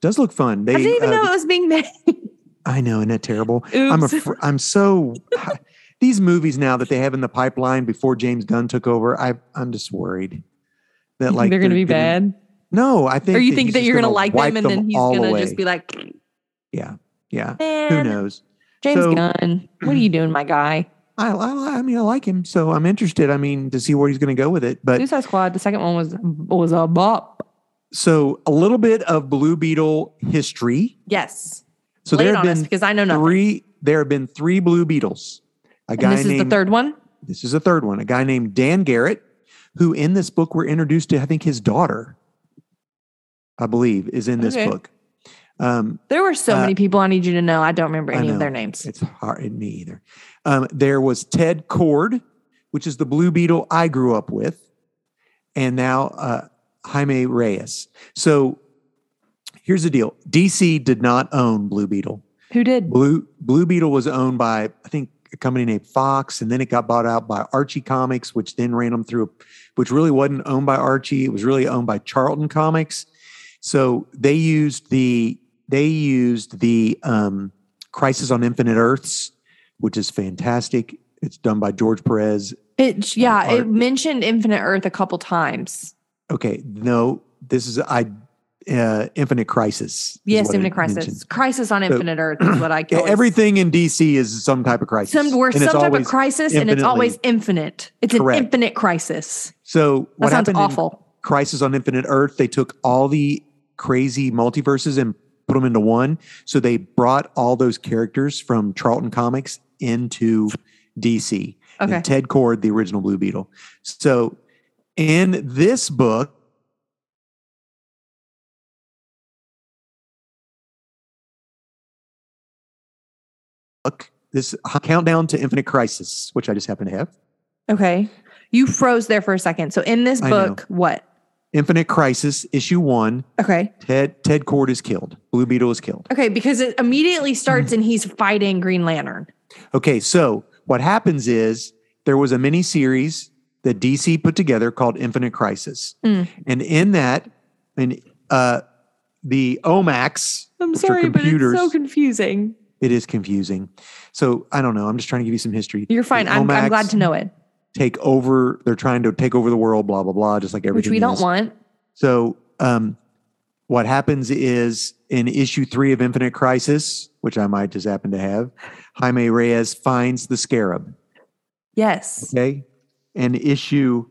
Does look fun. They,
I didn't even
uh,
know it was being made.
I know, isn't that terrible? I'm a,
Oops.
fr- I'm so these movies now that they have in the pipeline before James Gunn took over. I I'm just worried that like
they're going to be
gonna-
bad.
No, I think.
Or you
that
think
he's
that
just
you're going to like
wipe
them and then he's
all
going to
away.
just be like, "Eh,
Yeah, yeah. Who
man,
knows?
James
So-
Gunn, what are you doing, my guy?
I, I I mean I like him, so I'm interested. I mean to see where he's going to go with it. But
Suicide Squad. The second one was was a bop.
so a little bit of Blue Beetle history.
Yes.
So
Lay
there
it
have
on us
been
because I know nothing.
three. There have been three Blue Beetles. A
And
guy
this is
named
the third one.
this is the third one. A guy named Dan Garrett, who in this book we're introduced to. I think his daughter, I believe, is in this
Okay.
book. Um,
There were so
Uh,
many people I need you to know. I don't remember
I
any of their
know.
names.
It's hard in me either. Um, there was Ted Cord, which is the blue beetle I grew up with, and now uh, Jaime Reyes. So Here's the deal DC did not own Blue Beetle.
Who did?
Blue, Blue Beetle was owned by, I think, a company named Fox, and then it got bought out by Archie Comics, which then ran them through, which really wasn't owned by Archie. It was really owned by Charlton Comics. So they used the they used the um, Crisis on Infinite Earths, which is fantastic. It's done by George Perez.
It yeah,
Art.
it mentioned Infinite Earth a couple times.
Okay, no, this is I uh, Infinite Crisis. is
Yes,
what it
Infinite Crisis.
mentioned.
Crisis on
So-
Infinite Earth is what I
Yeah,
call it.
everything in DC is some type of crisis.
some we're
And
some
it's
type of
always-
crisis, and it's
infinitely-
always infinite. It's
Correct.
an infinite crisis.
So
That
what
sounds
happened in
awful.
Crisis on Infinite Earth, they took all the crazy multiverses and put them into one. So they brought all those characters from Charlton Comics into DC.
Okay.
And Ted Cord, the original Blue Beetle. So in this book, look, this countdown to Infinite Crisis, which I just happen to have.
Okay. You froze there for a second. So in this
I know.
book, what?
Infinite Crisis, issue one,
Okay.
Ted Ted Cord is killed. Blue Beetle is killed.
Okay, because it immediately starts and he's fighting Green Lantern.
Okay, so what happens is there was a mini series that DC put together called Infinite Crisis,
Mm.
and in that, and uh, the Omax,
I'm
Which are sorry, but it's so computers.
confusing.
it is confusing. So I don't know. I'm just trying to give you some history.
You're fine.
The
I'm, I'm
Omax
glad to know it,
Take over. They're trying to take over the world. Blah blah blah. Just like
which
everything.
we don't
is.
want.
So, um, what happens is in issue three of Infinite Crisis, which I might just happen to have, Jaime Reyes finds the scarab.
Yes.
Okay. And issue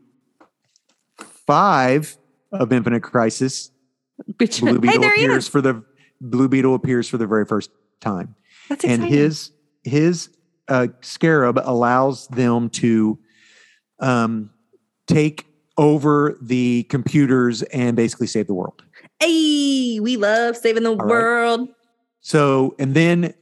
five of Infinite Crisis,
Which,
Blue
hey,
Beetle
there he
appears
is.
for the Blue Beetle appears for the very first time.
That's exciting.
And his his uh, scarab allows them to um, take over the computers and basically save the world.
hey, we love saving the
right.
world.
So, and then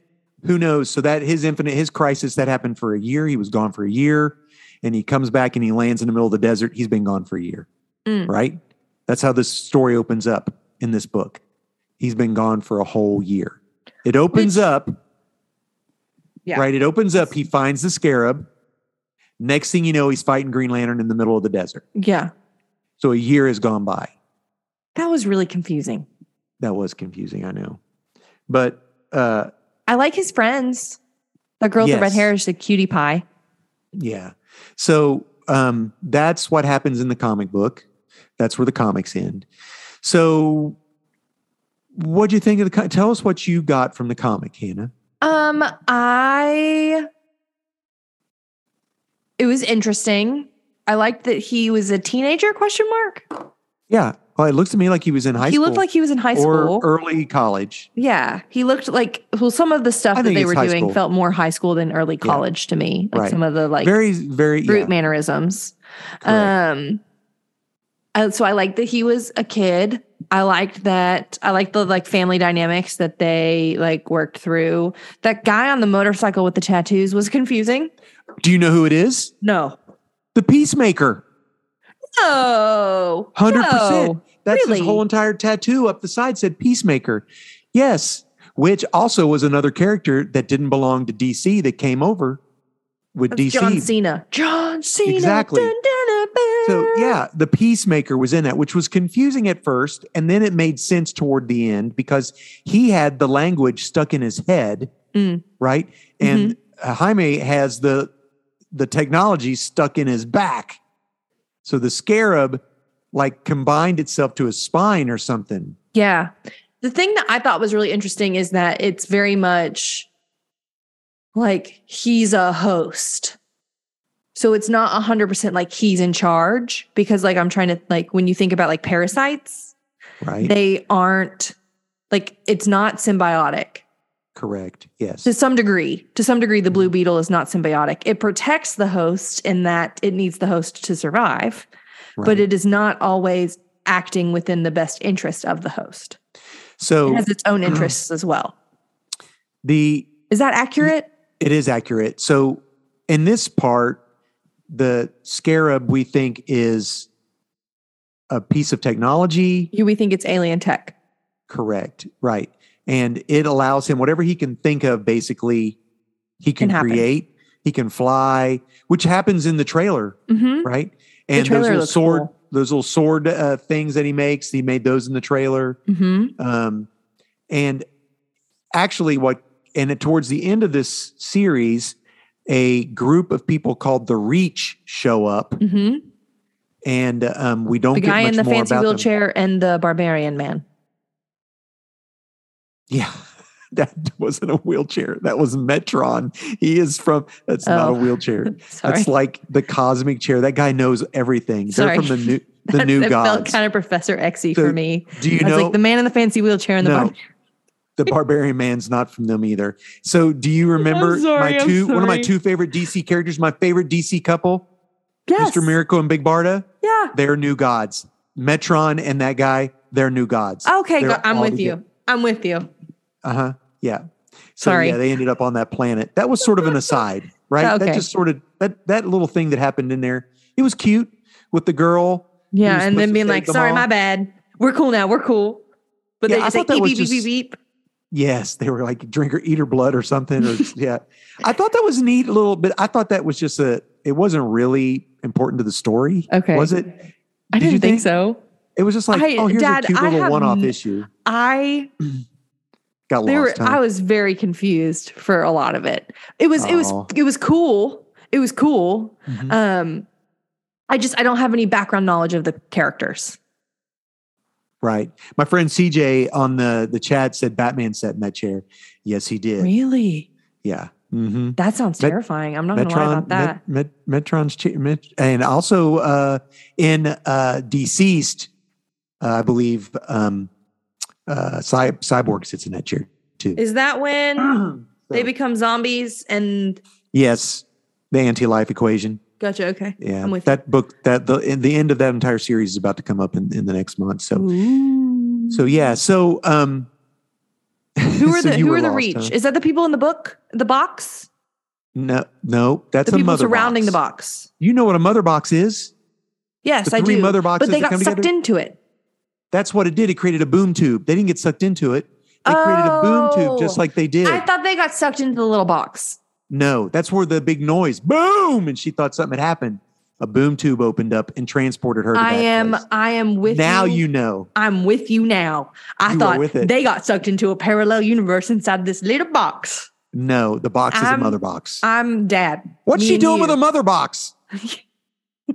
who knows? So that his infinite, his crisis that happened for a year. He was gone for a year, and he comes back and he lands in the middle of the desert. He's been gone for a year,
Mm.
right? That's how this story opens up in this book. He's been gone for a whole year. It opens
Which-
up,
Yeah.
right? It opens up. He finds the scarab. Next thing you know, he's fighting Green Lantern in the middle of the desert.
Yeah.
So a year has gone by.
That was really confusing.
That was confusing, I know, but uh,
I like his friends. The girl with the red
Yes.
hair is the cutie pie.
Yeah. So um, that's what happens in the comic book. That's where the comics end. So, what do you think of the? co- Tell us what you got from the comic, Hannah.
Um, I it was interesting. I liked that he was a teenager question mark.
Yeah. Well, it looks to me like he was in high
he
school.
looked like he was in high
or
school.
early college.
yeah. He looked like well, some of the stuff
I
that
think
they
it's
were
high
doing
school.
felt more high school than early
Yeah.
college to me. Like
Right.
some of the like
very, very.
brute
Yeah,
mannerisms.
correct.
Um and so I liked that he was a kid. I liked that I liked the like family dynamics that they like worked through. That guy on the motorcycle with the tattoos was confusing.
do you know who it is?
No.
The Peacemaker.
Oh,
100%.
no.
That's
Really?
his whole entire tattoo up the side said Peacemaker. Yes, which also was another character that didn't belong to DC that came over with
That's
DC.
John Cena. John Cena.
Exactly.
Dun, dun, dun, dun.
So yeah, the peacemaker was in that, which was confusing at first, and then it made sense toward the end because he had the language stuck in his head,
Mm. Mm-hmm.
right? And uh, Jaime has the the technology stuck in his back. So the scarab like combined itself to his spine or something.
Yeah. The thing that I thought was really interesting is that it's very much like he's a host. So it's not 100% like he's in charge because like I'm trying to like when you think about like parasites,
Right?
they aren't like it's not symbiotic.
Correct. Yes.
To some degree, to some degree the
Mm-hmm.
blue beetle is not symbiotic. It protects the host in that it needs the host to survive, but
Right.
it is not always acting within the best interest of the host.
so
It has its own interests as well.
the
Is that accurate?
It is accurate. So in this part, the scarab we think is a piece of technology.
You we think it's alien tech.
Correct. Right. And it allows him whatever he can think of, basically, he can,
Can happen.
create, he can fly, which happens in the trailer,
Mm-hmm.
right? And those
trailer
little
looks
sword,
cool.
those little sword uh, things that he makes, he made those in the trailer.
Mm-hmm.
Um, and actually, what and it, towards the end of this series, a group of people called the Reach show up,
Mm-hmm.
and um, we don't
The
get
guy
much
in the
more
fancy
about them.
wheelchair and the barbarian man.
Yeah. That wasn't a wheelchair. That was Metron. He is from. That's not a
Oh.
wheelchair.
Sorry.
That's like the cosmic chair. That guy knows everything.
Sorry.
They're from the new the new
it
gods.
felt kind of Professor Exy
So,
for me.
Do you
I was
know
like the man in the fancy wheelchair and the
No.
bar-
the Barbarian Man's not from them either? So do you remember
sorry,
my
I'm
2 one of my
sorry.
two favorite DC characters? My favorite DC couple,
Yes.
Mr. Miracle and Big Barda.
Yeah.
They're new gods. Metron and that guy. They're new gods.
Okay,
They're
go- I'm
all
with
together.
you. I'm with you.
Uh huh. Yeah. So,
Sorry. Oh,
Yeah, they ended up on that planet. That was sort of an aside, right? That
Okay.
just sort of that that little thing that happened in there. It was cute with the girl. He
Yeah,
was supposed
and
to
then being like,
save them
"Sorry,
all.
my bad. We're cool now. We're cool." But
Yeah,
they
I
just say
thought that
beep
was
beep, beep
just-
beep beep.
Yes, they were like drink or eat her blood or something. Or yeah, I thought that was a neat little bit. I thought that was just a. It wasn't really important to the story.
Okay.
Was it?
I
Did you
didn't think,
think-
so.
It was just like
I-
oh here's
Dad,
a cute
I
little
have
one-off
n-
issue.
I
Got
there were,
lost.
I
huh?
was very confused for a lot of it. It was it
Aw.
was it was cool. It was cool.
Mhm.
Um I just I don't have any background knowledge of the characters.
Right. My friend CJ on the the chat said Batman sat in that chair. Yes, he did.
Really?
Yeah. Mm-hmm.
That sounds
Met-
terrifying. I'm not gonna lie
Metron,
about that.
Met, Met, Metron's chi- Met, and also uh, in uh, deceased, uh, I believe um, uh, Cy- Cyborg sits in that chair too.
Is that when
So,
they become zombies and
yes, the anti-life equation.
gotcha, okay.
Yeah,
I'm with you.
that book that the in the end of that entire series is about to come up in, in the next month. So so yeah. So um,
Who are
so
the
you
who
were
are the
lost,
reach?
huh?
Is that the people in the book? The box?
No, no, that's
the
a
people
mother
surrounding
box.
the box.
You know what a mother box is?
Yes,
The
I
three
do.
mother boxes
but they
that
got
come
sucked
together?
into it.
That's what it did. It created a boom tube. They didn't get sucked into it. They created a boom tube just
Oh.
like they did.
I thought they got sucked into the little box.
no, that's where the big noise boom, and she thought something had happened. A boom tube opened up and transported her. To
I
that
am
place.
I am with
now. You know,
I'm with you now. I
You are
thought
with it.
they got sucked into a parallel universe inside this little box.
no, the box is a
I'm-
mother box.
I'm dad.
What's
Me
she
and
doing
you.
with a mother box?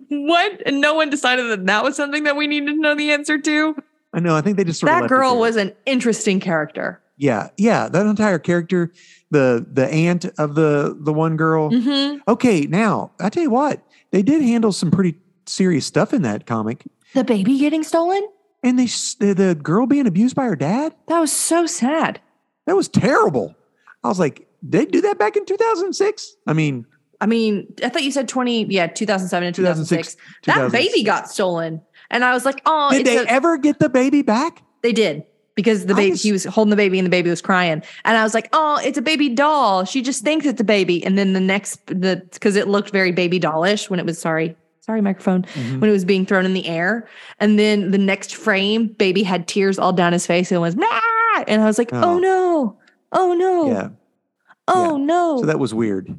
What? And no one decided that that was something that we needed to know the answer to.
I know. I think they just sort of
That
left it
girl
there.
was an interesting character.
Yeah, yeah. That entire character, the the aunt of the the one girl.
Mm-hmm.
Okay, now I tell you what, they did handle some pretty serious stuff in that comic,
The baby getting stolen?
and they s- the, the girl being abused by her dad.
That was so sad.
That was terrible. I was like, they do that back in 2006? I mean,
I mean, I thought you said 20, yeah, 2007 and
2006.
2006. That
2006.
baby got stolen. And I was like, oh,
Did
it's
they
a-
ever get the baby back?
they did because the
I
baby,
just-
he was holding the baby and the baby was crying. And I was like, oh, it's a baby doll. She just thinks it's a baby. And then the next, the because it looked very baby dollish when it was, sorry, sorry, microphone,
Mm-hmm.
when it was being thrown in the air. And then the next frame, baby had tears all down his face and was, nah. And I was like,
Oh.
oh, no. Oh no.
Yeah.
Oh no.
So that was weird.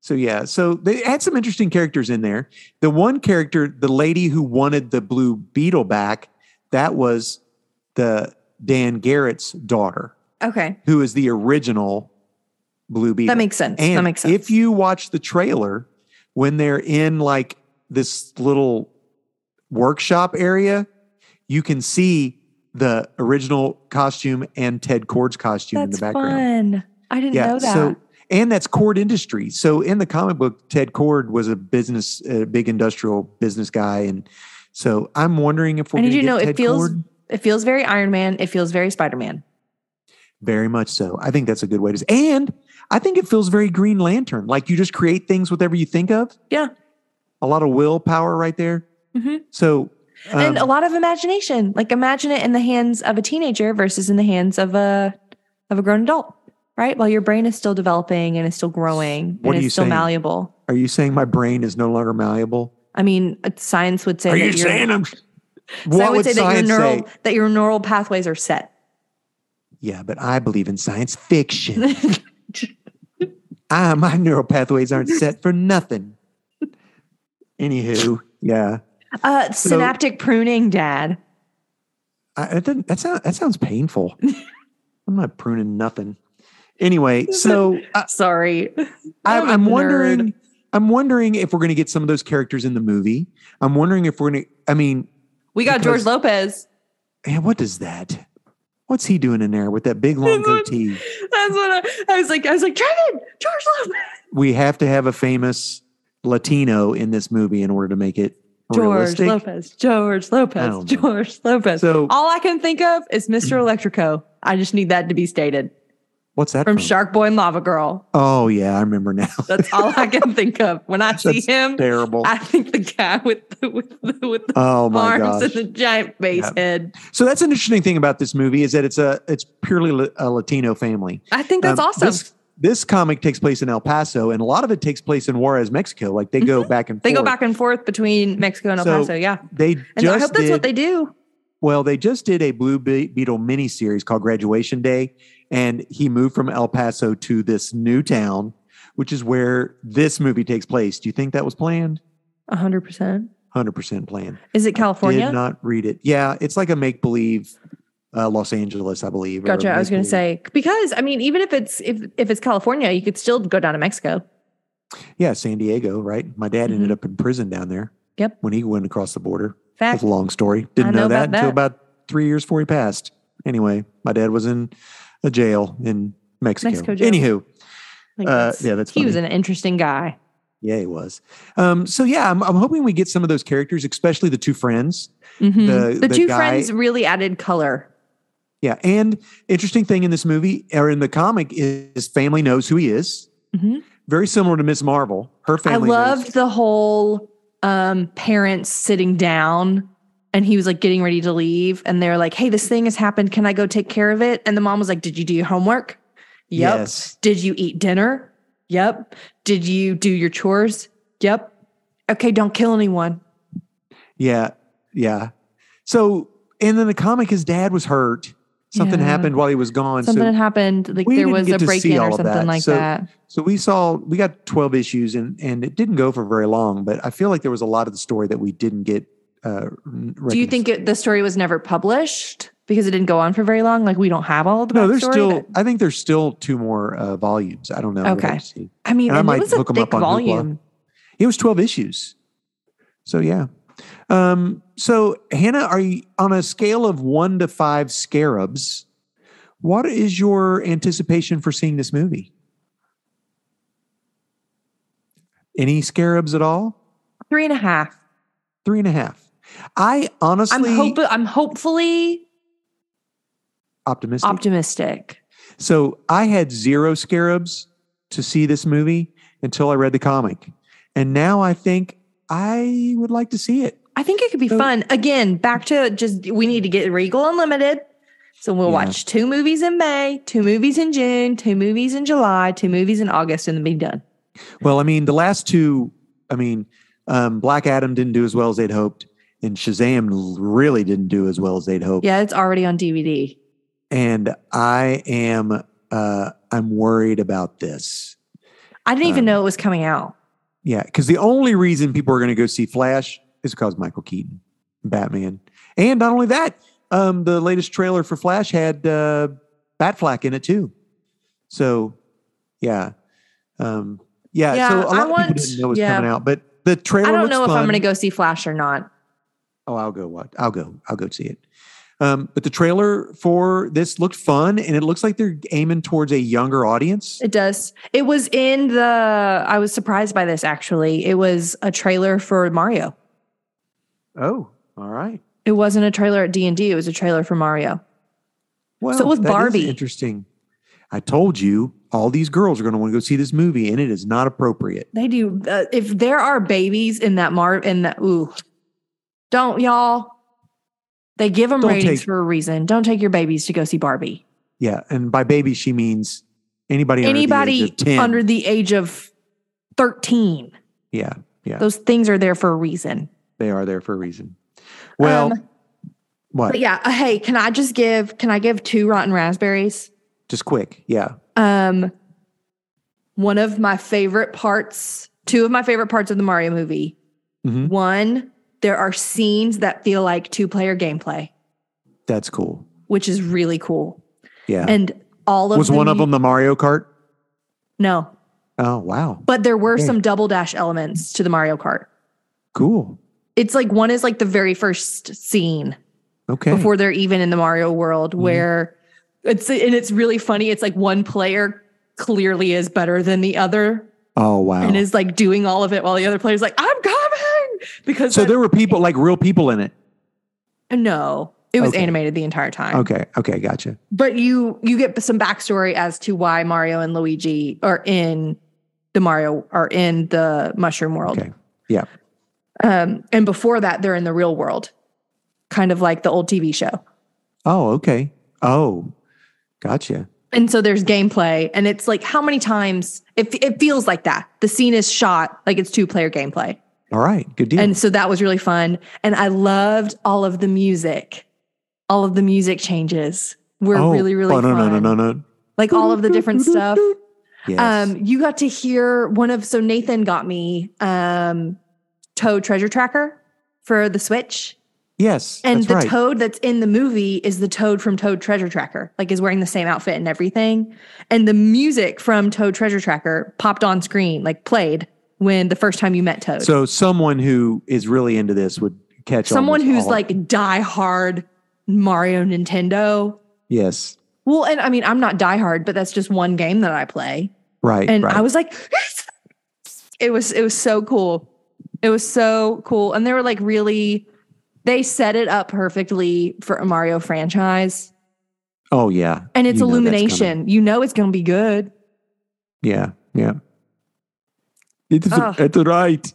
So yeah, so they had some interesting characters in there. The one character, the lady who wanted the blue beetle back, that was the Dan Garrett's daughter,
okay.
who is the original blue beetle.
That makes sense.
And
that makes sense.
if you watch the trailer, when they're in like this little workshop area, you can see the original costume and Ted Cord's costume in the background.
fun. I didn't know that.
So, and that's Cord Industries. So in the comic book, Ted Cord was a business, a big industrial business guy, and so I'm wondering if we're
I need
going
you
to
to know
get
it
Ted
feels
Cord.
it feels very Iron Man. It feels very Spider Man.
Very much so. I think that's a good way to. s- And I think it feels very Green Lantern. Like you just create things whatever you think of.
Yeah.
A lot of willpower right there.
Mhm.
So.
and a
um,
lot of imagination. Like imagine it in the hands of a teenager versus in the hands of a of a grown adult, right? While your brain is still developing and is still growing
What are
and
you
it's still
saying?
malleable.
are you saying my brain is no longer malleable?
I mean, uh, science would say
Are
that
you
your,
saying I'm?
science
What would
say that your
science
neural
say?
that your neural pathways are set.
Yeah, but I believe in science fiction. I, my neural pathways aren't set for nothing. Anywho, yeah.
uh, synaptic pruning, Dad.
I, it doesn't, that, sound, that sounds painful. I'm not pruning nothing. Anyway, so I,
Sorry.
I,
I'm a
I'm
nerd.
wondering. I'm wondering if we're going to get some of those characters in the movie. I'm wondering if we're going to. I mean,
We got
Because-
George Lopez.
man, what does that? What's he doing in there with that big long goatee?
That's what I, I was like. I was like, Trevin, George Lopez.
We have to have a famous Latino in this movie in order to make it realistic.
George Lopez. George
I don't
Lopez.
know.
George Lopez.
So Mm.
All I can think of is Mr. Electrico. I just need that to be stated
what's that
from
from?
Shark Boy and Lava Girl.
oh yeah, I remember now.
That's all I can think of when I see
That's
him.
Terrible.
I think the guy with the with the, with the
oh my
arms
gosh.
and the giant base
Yeah.
head.
So that's an interesting thing about this movie is that it's a it's purely li- a Latino family.
I think that's
Um,
awesome.
This, this comic takes place in El Paso, and a lot of it takes place in Juarez, Mexico. Like they go back and
Mm-hmm. they go
forth.
back and forth between Mexico and El
So,
Paso. Yeah,
They
and
just
I hope that's
did,
what they do.
Well, they just did a Blue Be- Beetle mini series called Graduation Day, and he moved from El Paso to this new town, which is where this movie takes place. Do you think that was planned?
hundred percent.
Hundred percent planned.
Is it California?
Did not read it. Yeah, it's like a make believe uh, Los Angeles, I believe. or
Gotcha. I was going to
make-believe-
say because I mean, even if it's if if it's California, you could still go down to Mexico.
Yeah, San Diego, right? My dad ended
Mhm.
up in prison down there.
Yep.
When he went across the border. That's
Fact.
a long story. Didn't
know
know, that
about
until
that.
about three years before he passed. Anyway, my dad was in a jail in Mexico.
Mexico jail.
Anywho,
Like,
uh,
that's-
yeah, that's
he
funny.
was an interesting guy.
yeah, he was. Um, so yeah, I'm, I'm hoping we get some of those characters, especially the two friends.
Mhm.
The-
The,
the
two
guy-
friends really added color.
Yeah, and interesting thing in this movie or in the comic is his family knows who he is.
Mhm.
Very similar to Miss Marvel. Her
I
family. knows-
loved the whole um, parents sitting down and he was like getting ready to leave. And they're like, hey, this thing has happened. Can I go take care of it? And the mom was like, did you do your homework? Yep.
Yes.
Did you eat dinner? Yep. Did you do your chores? Yep. Okay, don't kill anyone.
Yeah, yeah. So, and then the comic, his dad was hurt. Something
Yeah.
happened while he was gone.
Something
so,
had happened. Like
we
there
didn't
was
get to
a
see
break in
all
or
of
something
that,
like
so-
that.
so we saw we got twelve issues, and and it didn't go for very long. But I feel like there was a lot of the story that we didn't get. Uh,
Do you think it, the story was never published because it didn't go on for very long? Like we don't have all the
No,
backstory
there's still.
that-
I think there's still two more uh, volumes. I don't know. We'll
Okay.
have to see.
I mean,
and I
and
might
it was a
hook 'em up
thick
on Hoopla.
volume.
It was twelve issues. So yeah. Um, so Hannah, are you on a scale of one to five scarabs? What is your anticipation for seeing this movie? Any scarabs at all?
Three and a half.
Three and a half. I honestly
I'm hope I'm hopefully
optimistic.
optimistic.
So I had zero scarabs to see this movie until I read the comic. And now I think I would like to see it.
I think it could be
So-
fun. Again, back to just we need to get Regal Unlimited. So we'll
Yeah.
watch two movies in May, two movies in June, two movies in July, two movies in August, and then be done.
Well, I mean, the last two, I mean, um, Black Adam didn't do as well as they'd hoped, and Shazam really didn't do as well as they'd hoped.
Yeah, it's already on DVD.
And I am, uh, I'm worried about this.
I didn't
Um,
even know it was coming out.
Yeah, because the only reason people are going to go see Flash is because Michael Keaton, Batman, and not only that, um, the latest trailer for Flash had uh, Batflack in it too. So, yeah, um, yeah,
Yeah,
So a lot
I
of
want-
people didn't know it was
yeah.
coming out, but the trailer.
I don't
looks
know if
fun.
I'm going to go see Flash or not.
Oh, I'll go watch. I'll go. I'll go see it. Um, but the trailer for this looked fun, and it looks like they're aiming towards a younger audience.
It does. It was in the. I was surprised by this actually. It was a trailer for Mario.
Oh, all right.
It wasn't a trailer at D and D. It was a trailer for Mario.
Well,
it was
that is
Barbie.
interesting. I told you all these girls are going to want to go see this movie, and it is not appropriate.
They do. Uh, if there are babies in that Mar in that ooh, don't y'all. They give them
Don't
ratings
take-
for a reason. Don't take your babies to go see Barbie.
Yeah, and by baby she means anybody under the
Anybody
age of ten.
under the age of thirteen,
yeah, yeah,
those things are there for a reason.
they are there for a reason. Well,
Um,
What?
But yeah, uh, hey, can I just give can I give two rotten raspberries?
Just quick. Yeah.
Um one of my favorite parts, two of my favorite parts of the Mario movie.
Mhm.
One, there are scenes that feel like two-player gameplay,
That's cool.
which is really cool.
Yeah.
And all of
was
the
one of
mu-
them the Mario Kart?
No,
Oh, wow.
but there were
Yeah.
some double dash elements to the Mario Kart.
Cool.
It's like one is like the very first scene
Okay.
before they're even in the Mario world
Hmm.
where it's and it's really funny. It's like one player clearly is better than the other
oh, wow.
and is like doing all of it while the other player's like, I'm coming. Because
so
that's-
there were people, like real people in it.
no, it was
Okay.
animated the entire time.
Okay. Okay. Gotcha.
But you you get some backstory as to why Mario and Luigi are in the Mario are in the mushroom world.
Okay. Yeah.
Um, and before that, they're in the real world, kind of like the old TV show.
Oh, okay. Oh, gotcha.
And so there's gameplay, and it's like how many times it, it feels like that. The scene is shot like it's two player gameplay.
All right. Good deal.
And so that was really fun. And I loved all of the music, all of the music changes were
oh,
really, really
oh, no,
fun.
no, no, no, no.
Like all of the different stuff.
Yes.
Um, you got to hear one of, so Nathan got me um, Toad Treasure Tracker for the Switch.
yes.
And
that's
the
right.
toad that's in the movie is the toad from Toad Treasure Tracker, like is wearing the same outfit and everything. And the music from Toad Treasure Tracker popped on screen, like played when the first time you met Toad.
so someone who is really into this would catch on
Someone
with
who's
all-
like diehard Mario Nintendo.
yes.
Well, and I mean, I'm not diehard, but that's just one game that I play.
Right.
And
right.
I was like, it was it was so cool. It was so cool. And they were like really they set it up perfectly for a Mario franchise.
oh, yeah.
and it's
You know that's coming.
illumination. You know it's going to be good.
Yeah. Yeah. It's,
Ugh.
it's right.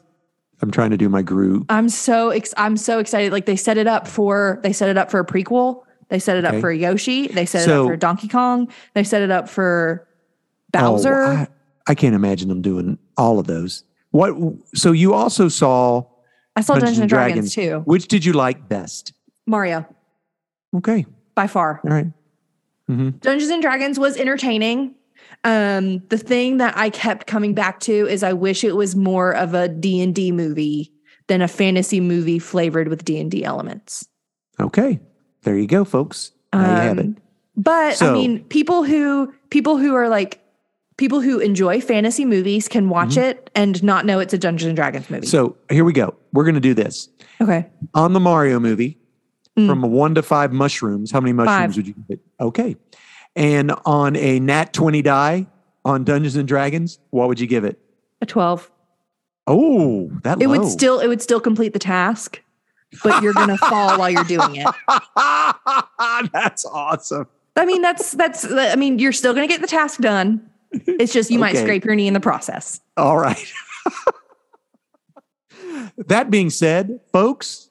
I'm trying to do my groove.
I'm so ex- I'm so excited. Like they set it up for they set it up for a prequel. They set it up
Okay.
for Yoshi. They set it
So-
up for Donkey Kong. They set it up for
Oh,
Bowser.
I, I can't imagine them doing all of those. What? So you also saw
I saw Dungeons and Dragons, too.
Which did you like best?
Mario
Okay.
by far.
All right.
Dungeons and Dragons was entertaining. Um, the thing that I kept coming back to is I wish it was more of a D and D movie than a fantasy movie flavored with D and D elements.
Okay. There you go, folks. Now you have it.
Um, But I
So-
mean, people who people who are like people who enjoy fantasy movies can watch it and not know it's a Dungeons and Dragons movie.
Mm-hmm. So here we go. We're going to do this
okay,
on the Mario movie
Mm.
from a one to five mushrooms. How many mushrooms
Five.
would you give it? Okay. And on a nat 20 die on Dungeons and Dragons, what would you give it?
a twelve.
Oh, that
It would
low.
still it would still complete the task, but you're gonna fall while you're doing it.
That's awesome.
I mean, that's that's I mean, you're still gonna get the task done. It's just you might
Okay.
scrape your knee in the process.
All right. that being said, folks,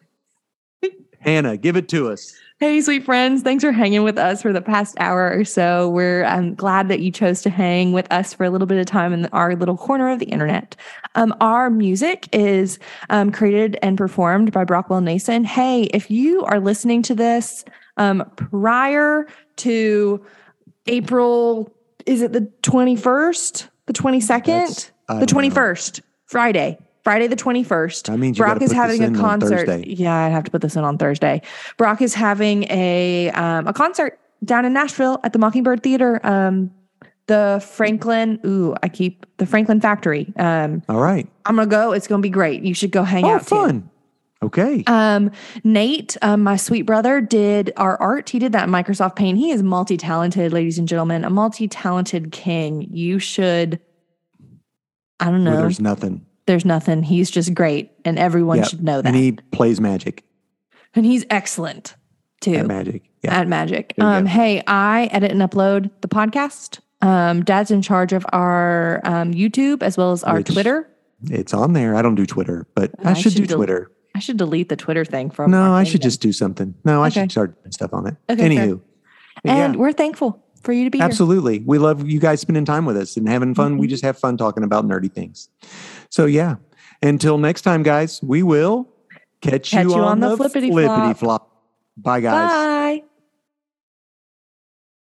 Hannah, give it to us.
Hey, sweet friends. Thanks for hanging with us for the past hour or so. We're um, glad that you chose to hang with us for a little bit of time in our little corner of the internet. Um, our music is um, created and performed by Brockwell Nason. Hey, if you are listening to this um, prior to April, is it the 21st? The 22nd?
That's- I
the
don't know.
21st, Friday. Friday the 21st.
That means you
Brock
gotta
is
put
having
this
a
in on
concert.
Thursday.
Yeah, I'd have to put this in on Thursday. Brock is having a um, a concert down in Nashville at the Mockingbird Theater. Um, the Franklin, ooh, I keep the Franklin Factory. Um,
All right.
I'm gonna go. It's gonna be great. You should go hang
Oh,
out. too.
fun. Okay.
Um, Nate, um, my sweet brother, did our art. He did that in Microsoft Paint. He is multi talented, ladies and gentlemen, a multi talented king. You should, I don't
Where
know,
there's
there's,
nothing.
nothing. He's just great, and everyone
Yeah,
should know that.
And he plays magic.
and he's excellent too
At magic. Yeah.
at Magic.
There you
Um,
go.
hey, I edit and upload the podcast. Um, Dad's in charge of our um, YouTube as well as our
Which-
Twitter.
It's on there. I don't do Twitter, but I,
I
should,
should
do
del-
Twitter.
I should delete the Twitter thing from.
No,
our
I
thing
should
then.
just do something. No, I
Okay.
should start doing stuff on it.
Okay, fair.
Anywho. But yeah,
And we're thankful for you to be here. Mm-hmm.
absolutely. We love you guys spending time with us and having fun. We just have fun talking about nerdy things. So yeah. Until next time, guys, we will catch,
Catch you on the
flippity
flippity-flop.
flop.
Bye, guys.
Bye.